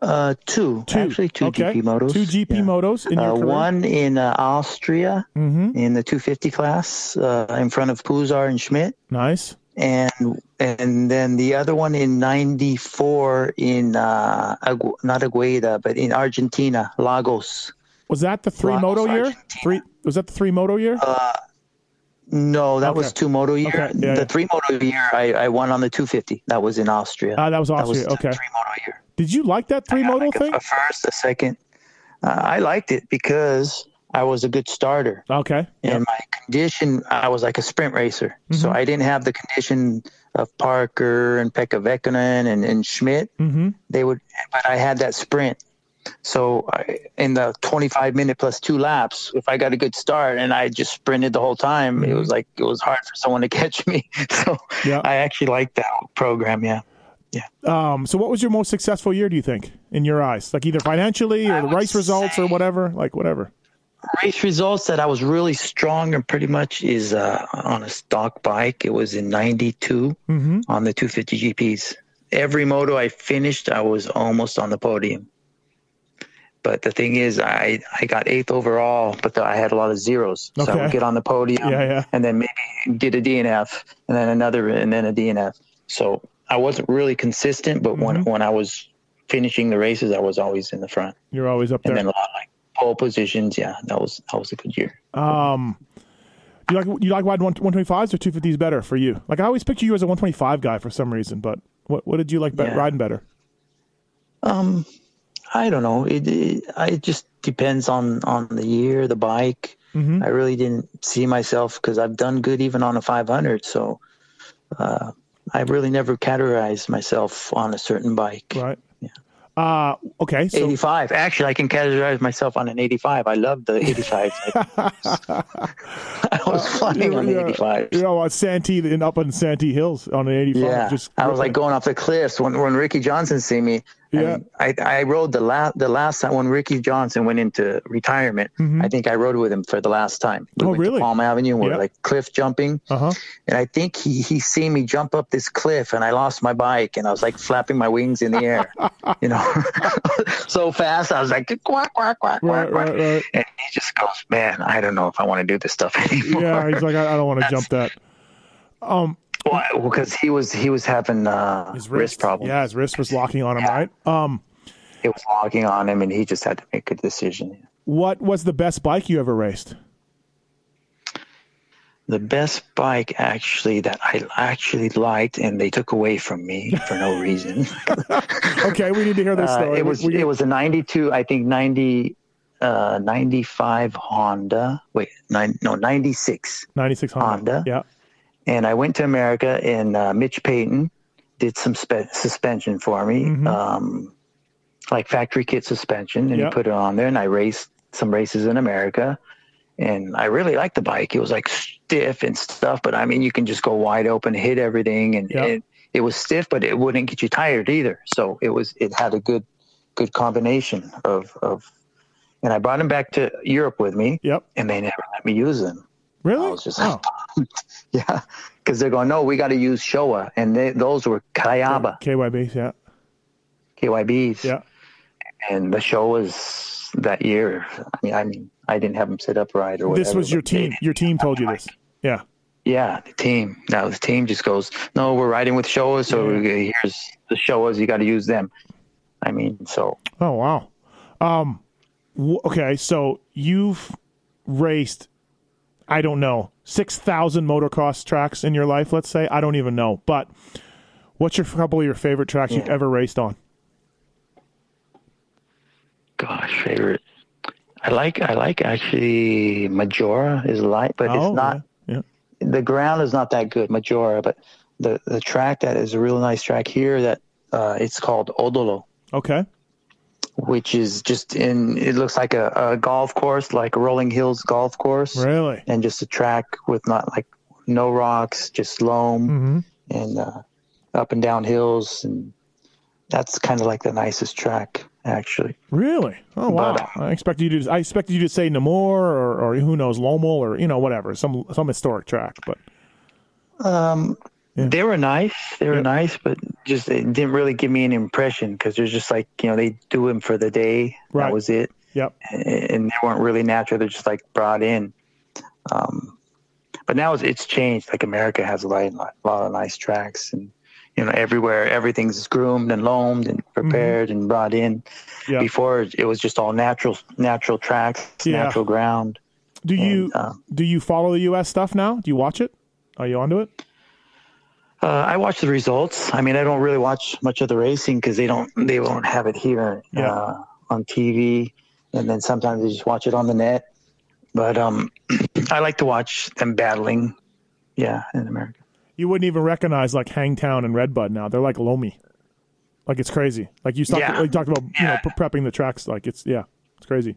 Speaker 2: Uh, two, actually two
Speaker 1: okay.
Speaker 2: GP motos.
Speaker 1: Two GP
Speaker 2: Yeah.
Speaker 1: motos in your
Speaker 2: Uh,
Speaker 1: career.
Speaker 2: one in uh, Austria
Speaker 1: Mhm.
Speaker 2: in the 250 class uh, in front of Puzar and Schmidt,
Speaker 1: Nice.
Speaker 2: and and then the other one in '94 in uh, Agu- not Agueda, but in Argentina, Lagos.
Speaker 1: Was that the three
Speaker 2: Lagos,
Speaker 1: moto year?
Speaker 2: Argentina.
Speaker 1: Three was that the three moto year?
Speaker 2: Uh, No, that
Speaker 1: Okay.
Speaker 2: was two moto year.
Speaker 1: Okay, yeah,
Speaker 2: the
Speaker 1: yeah.
Speaker 2: three moto year, I, I won on the 250. That was in Austria.
Speaker 1: Ah, that was
Speaker 2: that was
Speaker 1: Austria.
Speaker 2: the
Speaker 1: Okay.
Speaker 2: three moto year.
Speaker 1: Did you like that three
Speaker 2: Yeah,
Speaker 1: moto
Speaker 2: like a-
Speaker 1: thing?
Speaker 2: A, first, a second. Uh, I liked it because I was a good starter.
Speaker 1: Okay.
Speaker 2: and my condition i was like a sprint racer so
Speaker 1: Mm-hmm.
Speaker 2: i didn't have the condition of parker and pekka Vekkonen and, and schmidt
Speaker 1: Mm-hmm.
Speaker 2: they would but i had that sprint so I, in the 25 minute plus two laps if i got a good start and i just sprinted the whole time it was like it was hard for someone to catch me so
Speaker 1: Yeah.
Speaker 2: i actually liked that program yeah
Speaker 1: Um, so what was your most successful year, do you think, in your eyes? Like either financially or the race results or whatever, like whatever.
Speaker 2: race results that i was really strong and pretty much is uh, on a stock bike it was in 92
Speaker 1: Mm-hmm.
Speaker 2: on the 250 GPs. Every moto I finished, I was almost on the podium. But the thing is, I, I got eighth overall, but the, I had a lot of zeros. So I
Speaker 1: Okay.
Speaker 2: would get on the podium
Speaker 1: Yeah, yeah.
Speaker 2: and then maybe did a DNF and then another and then a DNF. So I wasn't really consistent, but when,
Speaker 1: Mm-hmm.
Speaker 2: when I was finishing the races, I was always in the front.
Speaker 1: You're always up
Speaker 2: And then
Speaker 1: there.
Speaker 2: a lot of like pole positions. Yeah, that was that was a good year.
Speaker 1: You like you like wide one one twenty fives or two fifties better for you? Like I always picture you as a one twenty five guy for some reason, but what what did you like be-
Speaker 2: Yeah.
Speaker 1: riding better?
Speaker 2: I don't know. It, it I- it just depends on on the year, the bike.
Speaker 1: Mm-hmm.
Speaker 2: I really didn't see myself because I've done good even on a 500. So uh, I really never categorized myself on a certain bike.
Speaker 1: Right. Yeah. Uh okay. So
Speaker 2: 85. Actually, I can categorize myself on an 85. I love the 85. I was flying on the 85.
Speaker 1: You know, on Santee and up on Santee Hills on the eighty five.
Speaker 2: Yeah,
Speaker 1: just
Speaker 2: I was like going off the cliffs when when Ricky Johnson see me. I
Speaker 1: Yeah.
Speaker 2: mean, I, I rode the last the last time when Ricky Johnson went into retirement. I think I rode with him for the last time. We
Speaker 1: Mm-hmm. Oh,
Speaker 2: went to
Speaker 1: really?
Speaker 2: Palm Avenue, we
Speaker 1: Yeah.
Speaker 2: were like cliff jumping,
Speaker 1: Uh huh.
Speaker 2: and I think he he seen me jump up this cliff, and I lost my bike, and I was like flapping my wings in the air, you know, so fast. I was like quack quack quack
Speaker 1: Right,
Speaker 2: quack quack,
Speaker 1: right, right.
Speaker 2: and he just goes, "Man, I don't know if I want to do this stuff anymore."
Speaker 1: Yeah, he's like, I, I don't want to jump that.
Speaker 2: Well, because he was he was having uh,
Speaker 1: His
Speaker 2: wrist,
Speaker 1: wrist,
Speaker 2: problems.
Speaker 1: Yeah, his wrist was locking on him, right? Um,
Speaker 2: it was logging on him, and he just had to make a decision.
Speaker 1: what was the best bike you ever raced?
Speaker 2: The best bike, actually, that I actually liked, and they took away from me for no reason.
Speaker 1: Okay, we need to hear this
Speaker 2: Uh,
Speaker 1: story.
Speaker 2: it was
Speaker 1: Were you-
Speaker 2: it was a '92, I think '90, uh, '95 Honda. Wait, nine, no '96,
Speaker 1: 96 Honda.
Speaker 2: Honda.
Speaker 1: Yeah.
Speaker 2: and I went to America, and uh, Mitch Payton did some spe- suspension for me, um, like factory kit suspension, and
Speaker 1: Yeah.
Speaker 2: he put it on there, and I raced some races in America. and I really liked the bike. It was like stiff and stuff, but I mean, you can just go wide open, hit everything, and
Speaker 1: Yeah.
Speaker 2: it, it was stiff, but it wouldn't get you tired either. So it was it had a good good combination of of. And I brought him back to Europe with me,
Speaker 1: Yep.
Speaker 2: and they never let me use them.
Speaker 1: Really?
Speaker 2: I was just-
Speaker 1: oh,
Speaker 2: Yeah, because they're going, no, we got to use Showa, and they, those were Kayaba
Speaker 1: KYB. Yeah.
Speaker 2: KYBs,
Speaker 1: Yeah.
Speaker 2: and the Showas that year. I mean, I mean, I didn't have them sit upright or whatever.
Speaker 1: This was your
Speaker 2: but they-
Speaker 1: team. Your team told you this. Yeah.
Speaker 2: Yeah, the team. Now the team just goes, no, we're riding with Showas, so we- here's the Showas. You got to use them. I mean, so
Speaker 1: Oh wow. Um. wh- okay, so you've raced, I don't know, six thousand motocross tracks in your life. Let's say I don't even know, but what's your couple of your favorite tracks you've
Speaker 2: Yeah.
Speaker 1: ever raced on?
Speaker 2: gosh, favorite. I like I like actually Majora is light, but
Speaker 1: oh,
Speaker 2: it's not.
Speaker 1: Yeah. yeah.
Speaker 2: The ground is not that good, Majora, but the the track that is a real nice track here. That uh, it's called Odolo.
Speaker 1: Okay.
Speaker 2: Which is just in, it looks like a, a golf course, like a Rolling Hills golf course.
Speaker 1: Really.
Speaker 2: and just a track with not like no rocks, just loam
Speaker 1: Mhm.
Speaker 2: and uh, up and down hills, and that's kind of like the nicest track actually.
Speaker 1: Really? Oh wow!
Speaker 2: But- uh,
Speaker 1: I expected you to. I expected you to say Namur or, or who knows Lomal or you know whatever some some historic track, but
Speaker 2: They were nice, they were nice, but just it didn't really give me an impression because there's just like you know they do them for the day,
Speaker 1: Right.
Speaker 2: that was it,
Speaker 1: yep.
Speaker 2: and and they weren't really natural. They're just like brought in. Um, but now it's, it's changed. Like America has a lot, a lot of nice tracks, and you know everywhere everything's groomed and loamed and prepared and brought in.
Speaker 1: Mm-hmm. Yeah.
Speaker 2: Before it was just all natural, natural tracks,
Speaker 1: Yeah.
Speaker 2: natural ground.
Speaker 1: Do you
Speaker 2: And, uh,
Speaker 1: do you follow the U.S. stuff now? Do you watch it? Are you onto it?
Speaker 2: Uh, I watch the results. I mean, I don't really watch much of the racing because they don't they won't have it here
Speaker 1: Yeah.
Speaker 2: uh, on TV, and then sometimes they just watch it on the net. But um, I like to watch them battling. Yeah, in America.
Speaker 1: You wouldn't even recognize like Hangtown and Redbud now. They're like Lomi, like it's crazy. Like you talked,
Speaker 2: Yeah.
Speaker 1: you talked about you know
Speaker 2: Yeah.
Speaker 1: pre- prepping the tracks. Like it's yeah, it's crazy.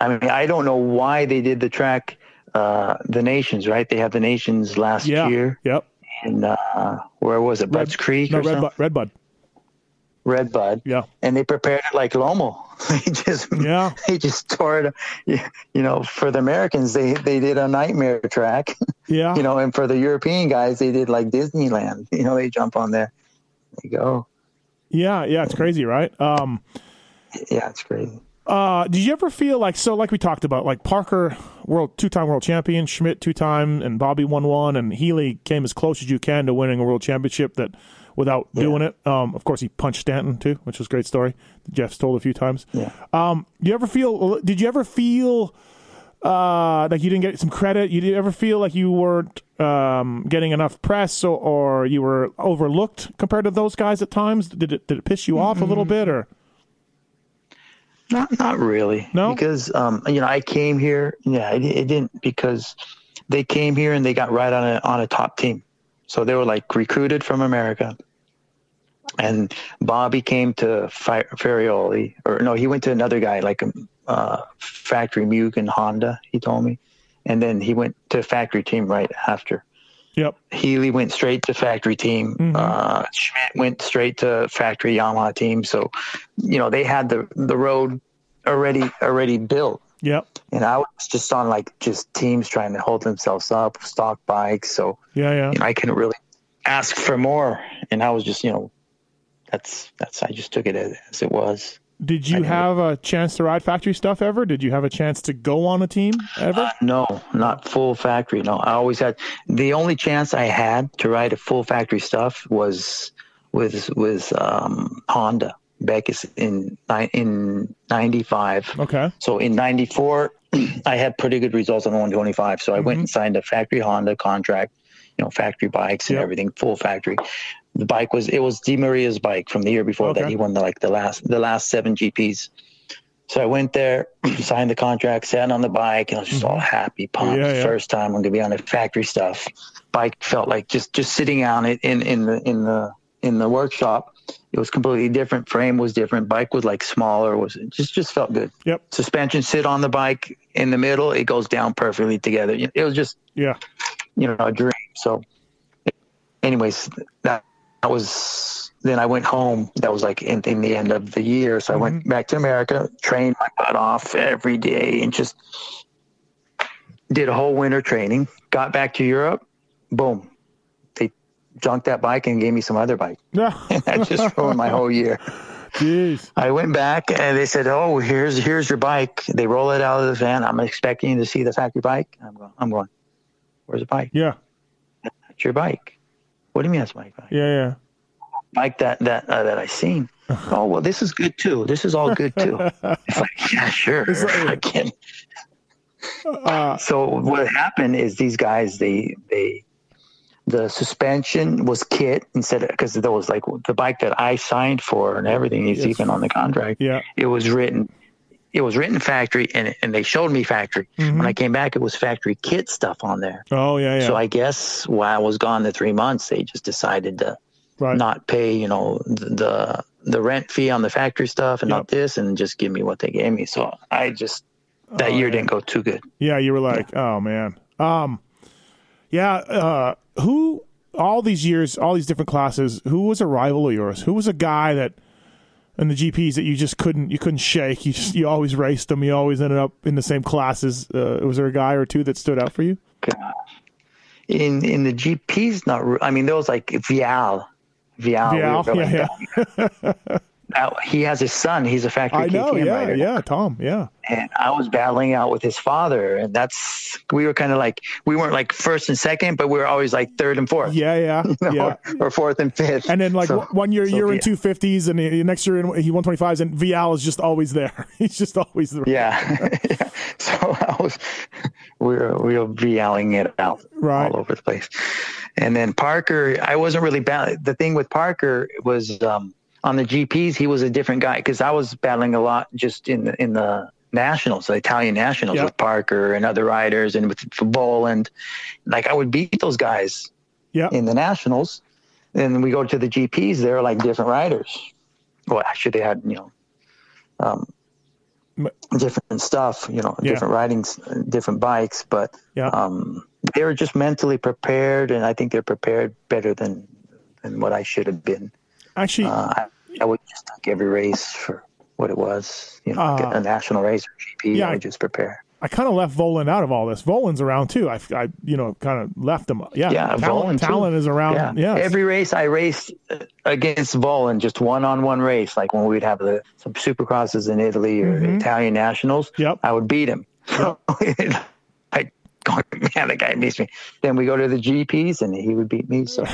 Speaker 2: I mean, I don't know why they did the track, uh, the nations, right? They had the nations last
Speaker 1: Yeah.
Speaker 2: year,
Speaker 1: Yep.
Speaker 2: and uh, where was it? Butts Creek
Speaker 1: No
Speaker 2: or something?
Speaker 1: Redbud. Redbud.
Speaker 2: Redbud.
Speaker 1: Yeah.
Speaker 2: and they prepared it like Lomo. they just
Speaker 1: Yeah.
Speaker 2: they just tore it. You know, for the Americans, they they did a nightmare track.
Speaker 1: Yeah.
Speaker 2: You know, and for the European guys, they did like Disneyland. You know, they jump on there, they go.
Speaker 1: Yeah, yeah, it's crazy, right? Um,
Speaker 2: yeah, it's crazy.
Speaker 1: Uh, did you ever feel like so? Like we talked about, like Parker, world two-time world champion, Schmidt two-time, and Bobby won one, and Healy came as close as you can to winning a world championship that without
Speaker 2: Yeah.
Speaker 1: doing it. Um, of course, he punched Stanton too, which was a great story. that Jeff's told a few times.
Speaker 2: Yeah.
Speaker 1: Um, you ever feel? Did you ever feel uh, like you didn't get some credit? You did ever feel like you weren't um, getting enough press, or, or you were overlooked compared to those guys at times? Did it did it piss you off a little bit, or
Speaker 2: Not, not really.
Speaker 1: No?
Speaker 2: because um, you know, I came here. Yeah, it, it didn't because they came here and they got right on a on a top team. So they were like recruited from America. And Bobby came to Fi- Ferrioli, or no, he went to another guy like um, uh, Factory Mugen Honda. He told me, and then he went to Factory Team right after.
Speaker 1: yep,
Speaker 2: Healy went straight to factory team. Uh, Schmidt went straight to factory Yamaha team. So, you know, they had the, the road already already built.
Speaker 1: yep,
Speaker 2: And I was just on like just teams trying to hold themselves up, stock bikes. So
Speaker 1: yeah, yeah.
Speaker 2: you know, I couldn't really ask for more. And I was just, you know, that's that's I just took it as, as it was.
Speaker 1: Did you
Speaker 2: didn't.
Speaker 1: have a chance to ride factory stuff ever? Did you have a chance to go on a team
Speaker 2: Uh,
Speaker 1: ever?
Speaker 2: No, not full factory. No, I always had the only chance I had to ride a full factory stuff was with with um, Honda back is in ni- in '95.
Speaker 1: Okay.
Speaker 2: So in '94, I had pretty good results on 125. So I went
Speaker 1: Mm-hmm.
Speaker 2: and signed a factory Honda contract, you know, factory bikes and
Speaker 1: Yep.
Speaker 2: everything, full factory. The bike was it was Di Maria's bike from the year before
Speaker 1: Okay.
Speaker 2: that he won the, like the last the last seven GPs. So I went there, signed the contract, sat on the bike, and I was just all happy, pumped.
Speaker 1: Mm-hmm. Yeah, yeah.
Speaker 2: First time I'm gonna be on the factory stuff. Bike felt like just just sitting on it in in the in the in the workshop. It was completely different. Frame was different. Bike was like smaller. Was it just just felt good
Speaker 1: Yep.
Speaker 2: suspension sit on the bike in the middle it goes down perfectly together it was just
Speaker 1: Yeah.
Speaker 2: you know a dream so anyways that, that was then i went home that was like in, in the end of the year so i went back to america trained my butt off every day and just did a whole winter training got back to europe boom they junked that bike and gave me some other bike
Speaker 1: Yeah.
Speaker 2: that just ruined my whole year
Speaker 1: Oh, Jeez.
Speaker 2: I went back and they said, "Oh, here's here's your bike." They roll it out of the van. I'm expecting to see the factory bike. I'm going. I'm going. Where's the bike?
Speaker 1: Yeah.
Speaker 2: That's your bike. What do you mean that's my bike?
Speaker 1: Yeah. Yeah.
Speaker 2: Bike that that uh, that I seen. oh well, this is good too. This is all good too. it's like yeah, sure.
Speaker 1: It's like-
Speaker 2: I can.
Speaker 1: Uh,
Speaker 2: So what happened is these guys they they the suspension was kit instead because there was like the bike that I signed for and everything is
Speaker 1: Yes.
Speaker 2: even on the contract.
Speaker 1: yeah.
Speaker 2: it was written it was written factory and, and they showed me factory when i came back it was factory kit stuff on there
Speaker 1: Oh Mm-hmm. yeah. Yeah.
Speaker 2: so i guess while i was gone the three months they just decided to
Speaker 1: right.
Speaker 2: not pay you know the the rent fee on the factory stuff and
Speaker 1: Yep.
Speaker 2: not this and just give me what they gave me so i just that
Speaker 1: Oh,
Speaker 2: year
Speaker 1: yeah.
Speaker 2: didn't go too good
Speaker 1: Yeah, you were like, oh man, um, yeah. Uh, who all these years, all these different classes, who was a rival of yours? Who was a guy that in the GPS that you just couldn't, you couldn't shake? You just, you always raced them. You always ended up in the same classes. Uh, was there a guy or two that stood out for you?
Speaker 2: in in the gps not re- i mean there was like vial vial, we
Speaker 1: yeah,
Speaker 2: were
Speaker 1: yeah,
Speaker 2: like,
Speaker 1: yeah.
Speaker 2: "Now, he has his son he's a factory
Speaker 1: I
Speaker 2: kit
Speaker 1: know.
Speaker 2: cam
Speaker 1: Yeah,
Speaker 2: rider.
Speaker 1: yeah. Tom. Yeah,
Speaker 2: and I was battling out with his father, and that's we were kind of like we weren't like first and second, but we were always like third and fourth,
Speaker 1: yeah, yeah,
Speaker 2: you know,
Speaker 1: yeah.
Speaker 2: or, fourth and fifth.
Speaker 1: And then like
Speaker 2: So-
Speaker 1: one- one year
Speaker 2: so
Speaker 1: you're in
Speaker 2: yeah.
Speaker 1: two fifties, and the the next year in he one twenty fives, and Vial is just always there. He's just always there.
Speaker 2: yeah, yeah. So I was we were we were yelling it out
Speaker 1: Right.
Speaker 2: all over the place, and then Parker, I wasn't really battling. The thing with Parker was um, on the GPS, he was a different guy because I was battling a lot just in the in the nationals, the Italian nationals
Speaker 1: Yeah.
Speaker 2: with Parker and other riders, and with Boland. Like I would beat those guys
Speaker 1: yeah.
Speaker 2: in the nationals and we go to the gps they're like different riders well actually they had you know um, different stuff you know
Speaker 1: Yeah.
Speaker 2: different ridings different bikes but
Speaker 1: Yeah.
Speaker 2: um, they were just mentally prepared and i think they're prepared better than than what i should have been
Speaker 1: Actually,
Speaker 2: uh, I, I would just take every race for what it was you know like
Speaker 1: Uh,
Speaker 2: a national race or gp
Speaker 1: yeah,
Speaker 2: i
Speaker 1: I-
Speaker 2: would just prepare
Speaker 1: I kind of left Voland out of all this. Voland's around too. I, I you know, kind of left him. Yeah,
Speaker 2: Yeah,
Speaker 1: Talent,
Speaker 2: Voland, too.
Speaker 1: talent is around.
Speaker 2: Yeah.
Speaker 1: Yeah,
Speaker 2: Every race I raced uh, against Volin, just one on one race, like when we'd have the some supercrosses in Italy or Italian nationals,
Speaker 1: Mm-hmm. Yep.
Speaker 2: I would beat him. So I go, man, the guy beats me. Then we go to the GPs and he would beat me. So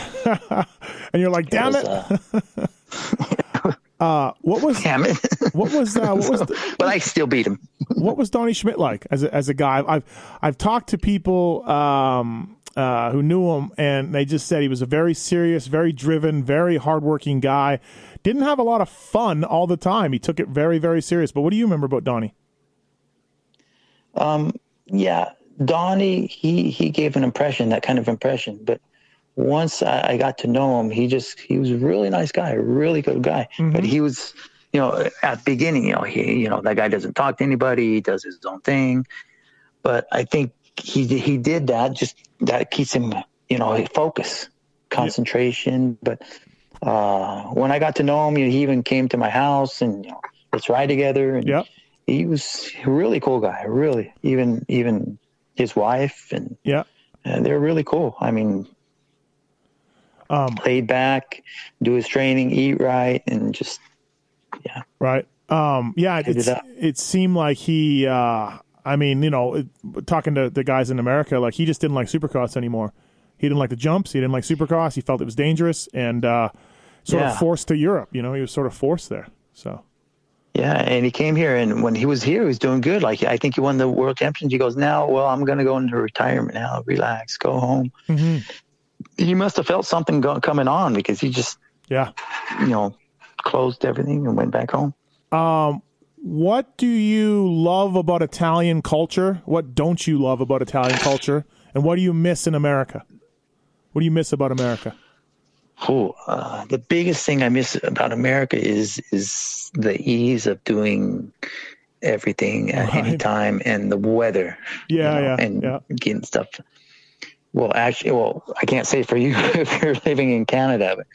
Speaker 1: and you're like, damn it.
Speaker 2: was, uh,
Speaker 1: what was
Speaker 2: damn it.
Speaker 1: what was uh, what was the-
Speaker 2: but I still beat him.
Speaker 1: what was Donnie Schmidt like as a, as a guy? I've I've talked to people um, uh, who knew him, and they just said he was a very serious, very driven, very hardworking guy. Didn't have a lot of fun all the time. He took it very, very serious. But what do you remember about Donnie?
Speaker 2: yeah, Donnie, he he gave an impression, that kind of impression. But once I, I got to know him, he just he was a really nice guy, a really good guy. But he was, you know, at the beginning, you know, he you know that guy doesn't talk to anybody, he does his own thing. But I think he he did that just that keeps him, you know, focus, concentration. But uh, when I got to know him, you know, he even came to my house and you know, let's ride together. And
Speaker 1: Yep.
Speaker 2: he was a really cool guy really even even his wife and,
Speaker 1: Yeah,
Speaker 2: and they're really cool i mean
Speaker 1: Um,
Speaker 2: laid back do his training eat right and just yeah
Speaker 1: right. Um, yeah, it,
Speaker 2: Ended
Speaker 1: it's,
Speaker 2: up.
Speaker 1: it seemed like he. Uh, I mean, you know, it, talking to the guys in America, like he just didn't like Supercross anymore. He didn't like the jumps. He didn't like Supercross. He felt it was dangerous and uh, sort
Speaker 2: Yeah.
Speaker 1: of forced to Europe. You know, he was sort of forced there. So.
Speaker 2: yeah and he came here and when he was here he was doing good like i think he won the world championship he goes now well i'm going to go into retirement now relax go home he must have felt something go- coming on because he just
Speaker 1: Yeah.
Speaker 2: you know closed everything and went back home
Speaker 1: What do you love about Italian culture? What don't you love about Italian culture? And what do you miss in America? What do you miss about America?
Speaker 2: Oh, uh, the biggest thing I miss about America is is the ease of doing everything at any
Speaker 1: Right.
Speaker 2: time and the weather. you
Speaker 1: Yeah,
Speaker 2: know,
Speaker 1: yeah,
Speaker 2: and
Speaker 1: yeah.
Speaker 2: getting stuff. Well, actually, well, I can't say for you if you're living in Canada, but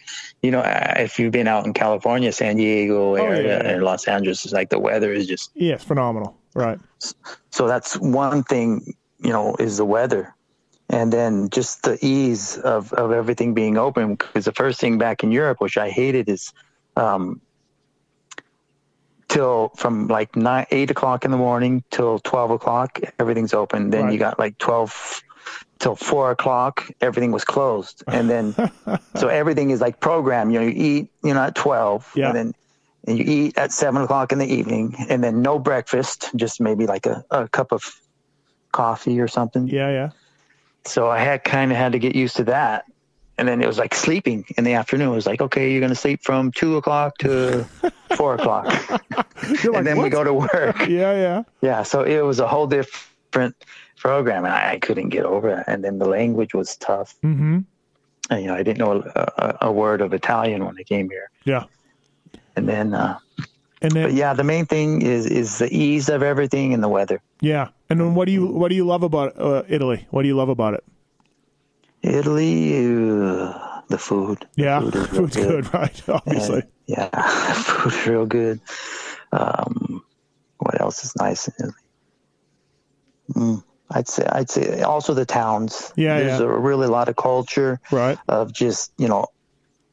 Speaker 2: you know, I- if you've been out in California, San Diego
Speaker 1: yeah,
Speaker 2: area,
Speaker 1: Oh, yeah.
Speaker 2: and Los Angeles, it's like the weather is just
Speaker 1: Yes, phenomenal. Right.
Speaker 2: so that's one thing, you know, is the weather. And then just the ease of, of everything being open. Because the first thing back in Europe, which I hated, is um, till from like nine, eight o'clock in the morning till 12 o'clock, everything's open. Then you
Speaker 1: Right.
Speaker 2: got like 12 till four o'clock, everything was closed. And then, so everything is like programmed. You know, you eat, you know, at 12.
Speaker 1: Yeah.
Speaker 2: And then and you eat at seven o'clock in the evening, and then no breakfast, just maybe like a, a cup of coffee or something.
Speaker 1: Yeah, yeah.
Speaker 2: So I had kind of had to get used to that. And then it was like sleeping in the afternoon. It was like, okay, you're going to sleep from two o'clock to four o'clock.
Speaker 1: You're like,
Speaker 2: and then we
Speaker 1: "What?"
Speaker 2: go to work.
Speaker 1: Yeah, yeah.
Speaker 2: Yeah. So it was a whole different program, and I, I couldn't get over it. And then the language was tough.
Speaker 1: Mm-hmm.
Speaker 2: And, you know, I didn't know a, a, a word of Italian when I came here.
Speaker 1: Yeah.
Speaker 2: And then, uh,
Speaker 1: And
Speaker 2: but
Speaker 1: then yeah.
Speaker 2: yeah, the main thing is is the ease of everything and the weather.
Speaker 1: And then what do you what do you love about uh, Italy? What do you love about it?
Speaker 2: Italy, uh, the food.
Speaker 1: Yeah.
Speaker 2: The is real
Speaker 1: Food's good, right? Obviously.
Speaker 2: Yeah, yeah, food's real good. Um, what else is nice in Italy? Mm, I'd say I'd say also the towns.
Speaker 1: Yeah,
Speaker 2: there's
Speaker 1: yeah.
Speaker 2: a really lot of culture
Speaker 1: Right.
Speaker 2: of just you know,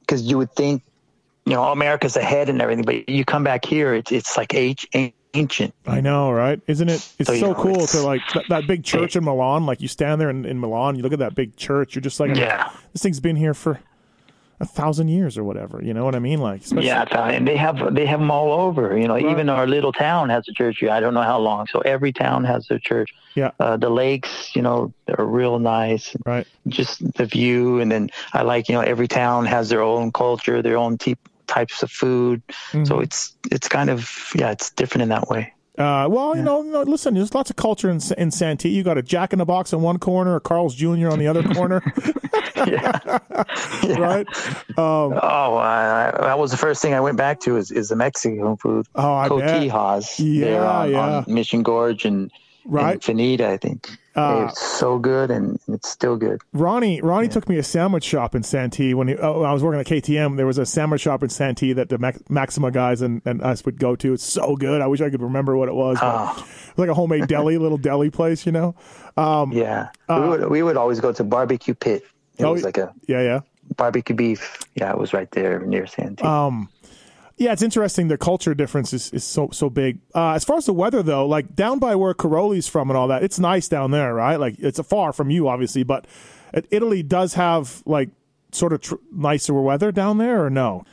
Speaker 2: because you would think you know America's ahead and everything, but you come back here, it's it's like age, ancient.
Speaker 1: I know, right? Isn't it? It's
Speaker 2: So,
Speaker 1: so,
Speaker 2: Oh, you know,
Speaker 1: cool
Speaker 2: it's-
Speaker 1: to like that, that big church in Milan. Like you stand there in, in Milan, you look at that big church. You're just like,
Speaker 2: Yeah.
Speaker 1: this thing's been here for a thousand years or whatever. You know what I mean? Like, especially,
Speaker 2: Yeah, and they have they have them all over. You know, even our little town has a church. I don't know how long. So every town has their church.
Speaker 1: yeah,
Speaker 2: Uh, the lakes, you know, are real nice.
Speaker 1: right.
Speaker 2: Just the view, and then I like you know every town has their own culture, their own te- types of food.
Speaker 1: Mm-hmm.
Speaker 2: So it's it's kind of yeah, it's different in that way.
Speaker 1: Uh, well, you know, no, listen, there's lots of culture in, in Santee. You got a Jack in the Box in one corner, a Carl's Jr. on the other corner, right? Um,
Speaker 2: Oh, I, I- that was the first thing I went back to is, is the Mexican food.
Speaker 1: Oh, I bet.
Speaker 2: Coquijas. They're
Speaker 1: Yeah,
Speaker 2: on,
Speaker 1: yeah.
Speaker 2: on Mission Gorge and
Speaker 1: Right.
Speaker 2: in Finita, I think.
Speaker 1: Uh,
Speaker 2: it's so good, and it's still good.
Speaker 1: Ronnie, Ronnie took me a sandwich shop in Santee when he, oh, when I was working at KTM. There was a sandwich shop in Santee that the Max, Maxima guys and, and us would go to. It's so good. I wish I could remember what it was. but
Speaker 2: Oh.
Speaker 1: It was like a homemade deli, little deli place, you know. Um,
Speaker 2: Yeah, we would we would always go to Barbecue Pit. It
Speaker 1: Oh,
Speaker 2: was like a
Speaker 1: yeah, yeah.
Speaker 2: barbecue beef. Yeah, it was right there near Santee.
Speaker 1: Uh, Yeah, it's interesting. The culture difference is, is so so big. Uh, as far as the weather though, like down by where Caroli's from and all that, it's nice down there, right? Like it's far from you, obviously, but it- Italy does have like sort of tr- nicer weather down there, or no?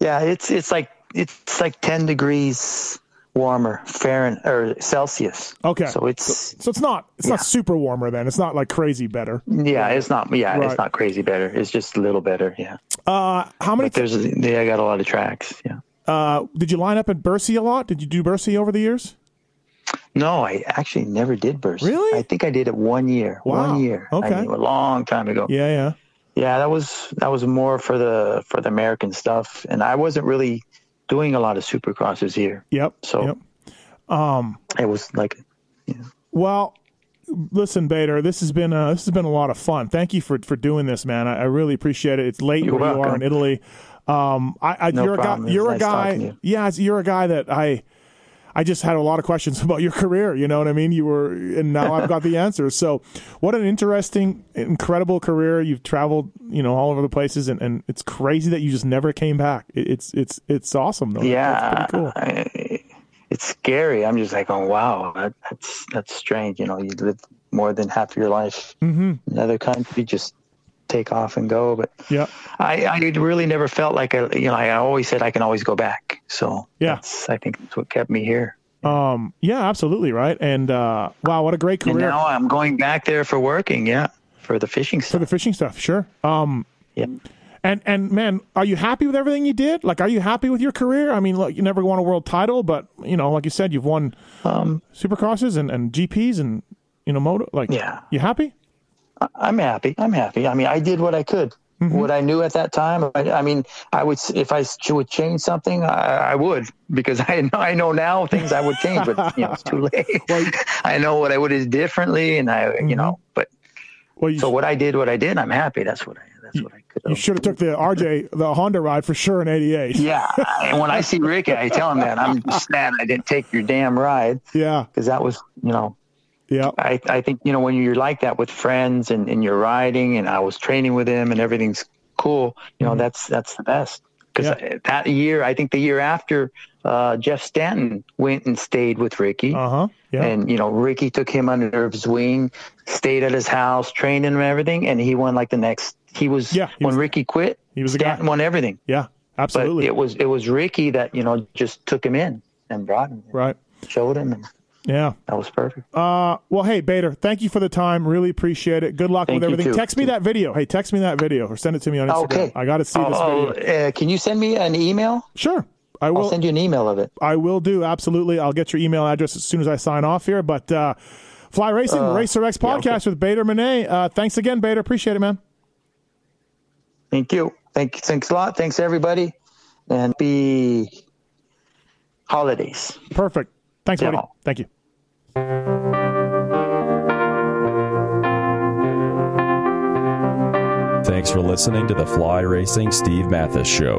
Speaker 2: yeah, it's it's like it's like ten degrees warmer Fahrenheit or Celsius.
Speaker 1: Okay.
Speaker 2: so it's
Speaker 1: So it's not it's not super warmer then. It's not like crazy better.
Speaker 2: yeah, it's not yeah,
Speaker 1: Right.
Speaker 2: it's not crazy better. It's just a little better. Yeah,
Speaker 1: Uh, how many?
Speaker 2: but there's they got a lot of tracks. Yeah.
Speaker 1: uh, did you line up at Bercy a lot? Did you do Bercy over the years?
Speaker 2: No, I actually never did burst.
Speaker 1: Really?
Speaker 2: I think I did it one year.
Speaker 1: Wow.
Speaker 2: One year.
Speaker 1: Okay.
Speaker 2: I mean, a long time ago.
Speaker 1: Yeah, yeah.
Speaker 2: Yeah, that was that was more for the for the American stuff, and I wasn't really doing a lot of supercrosses here.
Speaker 1: Yep.
Speaker 2: So
Speaker 1: yep.
Speaker 2: it was like,
Speaker 1: Well, listen, Bader, this has been uh, this has been a lot of fun. Thank you for for doing this, man. I, I really appreciate it. It's late
Speaker 2: You're
Speaker 1: where you are in
Speaker 2: welcome.
Speaker 1: Italy. Um, I, I
Speaker 2: No
Speaker 1: you're a
Speaker 2: problem.
Speaker 1: guy.
Speaker 2: It was
Speaker 1: You're a
Speaker 2: nice
Speaker 1: guy.
Speaker 2: talking to you.
Speaker 1: Yeah, it's- you're a guy that I. I just had a lot of questions about your career. You know what I mean? You were, and now I've got the answers. So, what an interesting, incredible career. You've traveled, you know, all over the places, and, and it's crazy that you just never came back. It, it's it's it's awesome though.
Speaker 2: yeah,
Speaker 1: That's pretty cool.
Speaker 2: I- it's scary. I'm just like, oh wow, that, that's that's strange. You know, you live more than half of your life
Speaker 1: Mm-hmm.
Speaker 2: in another country, just take off and go. But
Speaker 1: Yeah,
Speaker 2: I, I really never felt like I, you know, I always said I can always go back. So
Speaker 1: Yeah.
Speaker 2: that's, I think that's what kept me here.
Speaker 1: um, yeah, absolutely right. And uh, wow, what a great career.
Speaker 2: And now I'm going back there for working. Yeah. For the fishing
Speaker 1: for
Speaker 2: stuff.
Speaker 1: the fishing stuff sure um
Speaker 2: Yeah.
Speaker 1: and and man are you happy with everything you did like are you happy with your career i mean look you never won a world title but you know like you said you've won
Speaker 2: Um,
Speaker 1: supercrosses and, and gps and you know moto like
Speaker 2: Yeah.
Speaker 1: you happy
Speaker 2: I'm happy. I'm happy. I mean, I did what I could,
Speaker 1: Mm-hmm.
Speaker 2: what I knew at that time. I, I mean, I would s- if I s- would change something, I, I would because I know I know now things I would change, but you know, it's too late. I know what I would do differently, and I,
Speaker 1: Mm-hmm.
Speaker 2: you know, but
Speaker 1: well you,
Speaker 2: so what I did, what I did, I'm happy. That's what I. That's what I could.
Speaker 1: you
Speaker 2: have.
Speaker 1: should have took the rj the honda ride for sure in 88
Speaker 2: Yeah, and when I see Ricky, I tell him that I'm sad I didn't take your damn ride
Speaker 1: yeah
Speaker 2: because that was, you know,
Speaker 1: yeah
Speaker 2: I, I think you know when you're like that with friends and, and you're riding and I was training with him and everything's cool. You
Speaker 1: Mm-hmm.
Speaker 2: know that's that's the best because that year I think the year after uh, Jeff Stanton went and stayed with Ricky
Speaker 1: uh-huh yeah
Speaker 2: and you know Ricky took him under his wing, stayed at his house, trained him and everything, and he won like the next. He was
Speaker 1: Yeah, he
Speaker 2: when
Speaker 1: was-
Speaker 2: Ricky quit,
Speaker 1: he was the guy.
Speaker 2: Stanton won everything.
Speaker 1: yeah
Speaker 2: But
Speaker 1: absolutely
Speaker 2: it was it was Ricky that you know just took him in and brought him,
Speaker 1: right
Speaker 2: showed him, and
Speaker 1: yeah
Speaker 2: that was perfect.
Speaker 1: Uh, well, hey, Bader, thank you for the time. Really appreciate it. Good luck
Speaker 2: Thank
Speaker 1: with
Speaker 2: you,
Speaker 1: everything.
Speaker 2: too.
Speaker 1: Text me that video. Hey, text me that video or send it to me on Instagram.
Speaker 2: Okay.
Speaker 1: I got to see this
Speaker 2: Oh,
Speaker 1: video.
Speaker 2: uh, can you send me an email?
Speaker 1: Sure. I
Speaker 2: I'll
Speaker 1: will.
Speaker 2: send you an email of it.
Speaker 1: I will do. Absolutely. I'll get your email address as soon as I sign off here. But uh, Fly Racing,
Speaker 2: Uh,
Speaker 1: Racer X podcast with Bader Monet. Uh, thanks again, Bader. Appreciate it, man.
Speaker 2: Thank you. Thank, thanks a lot. Thanks everybody, and be holidays.
Speaker 1: Perfect. Thanks,
Speaker 2: Yeah.
Speaker 1: buddy. Thank you.
Speaker 3: Thanks for listening to the Fly Racing Steve Mathis Show.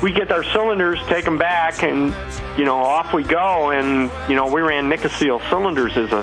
Speaker 4: We get our cylinders, take them back, and you know off we go. And you know we ran Nicosil cylinders as a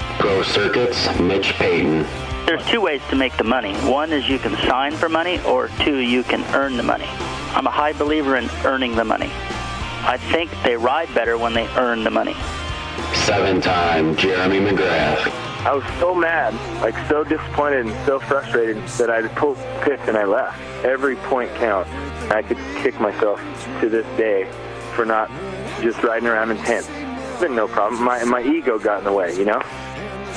Speaker 5: Pro Circuits, Mitch Payton.
Speaker 6: There's two ways to make the money. One is you can sign for money, or two, you can earn the money. I'm a high believer in earning the money. I think they ride better when they earn the money.
Speaker 5: Seven-time Jeremy McGrath.
Speaker 7: I was so mad, like so disappointed and so frustrated that I pulled the pick and I left. Every point counts. I could kick myself to this day for not just riding around in tents. It's been no problem. My, my ego got in the way, you know?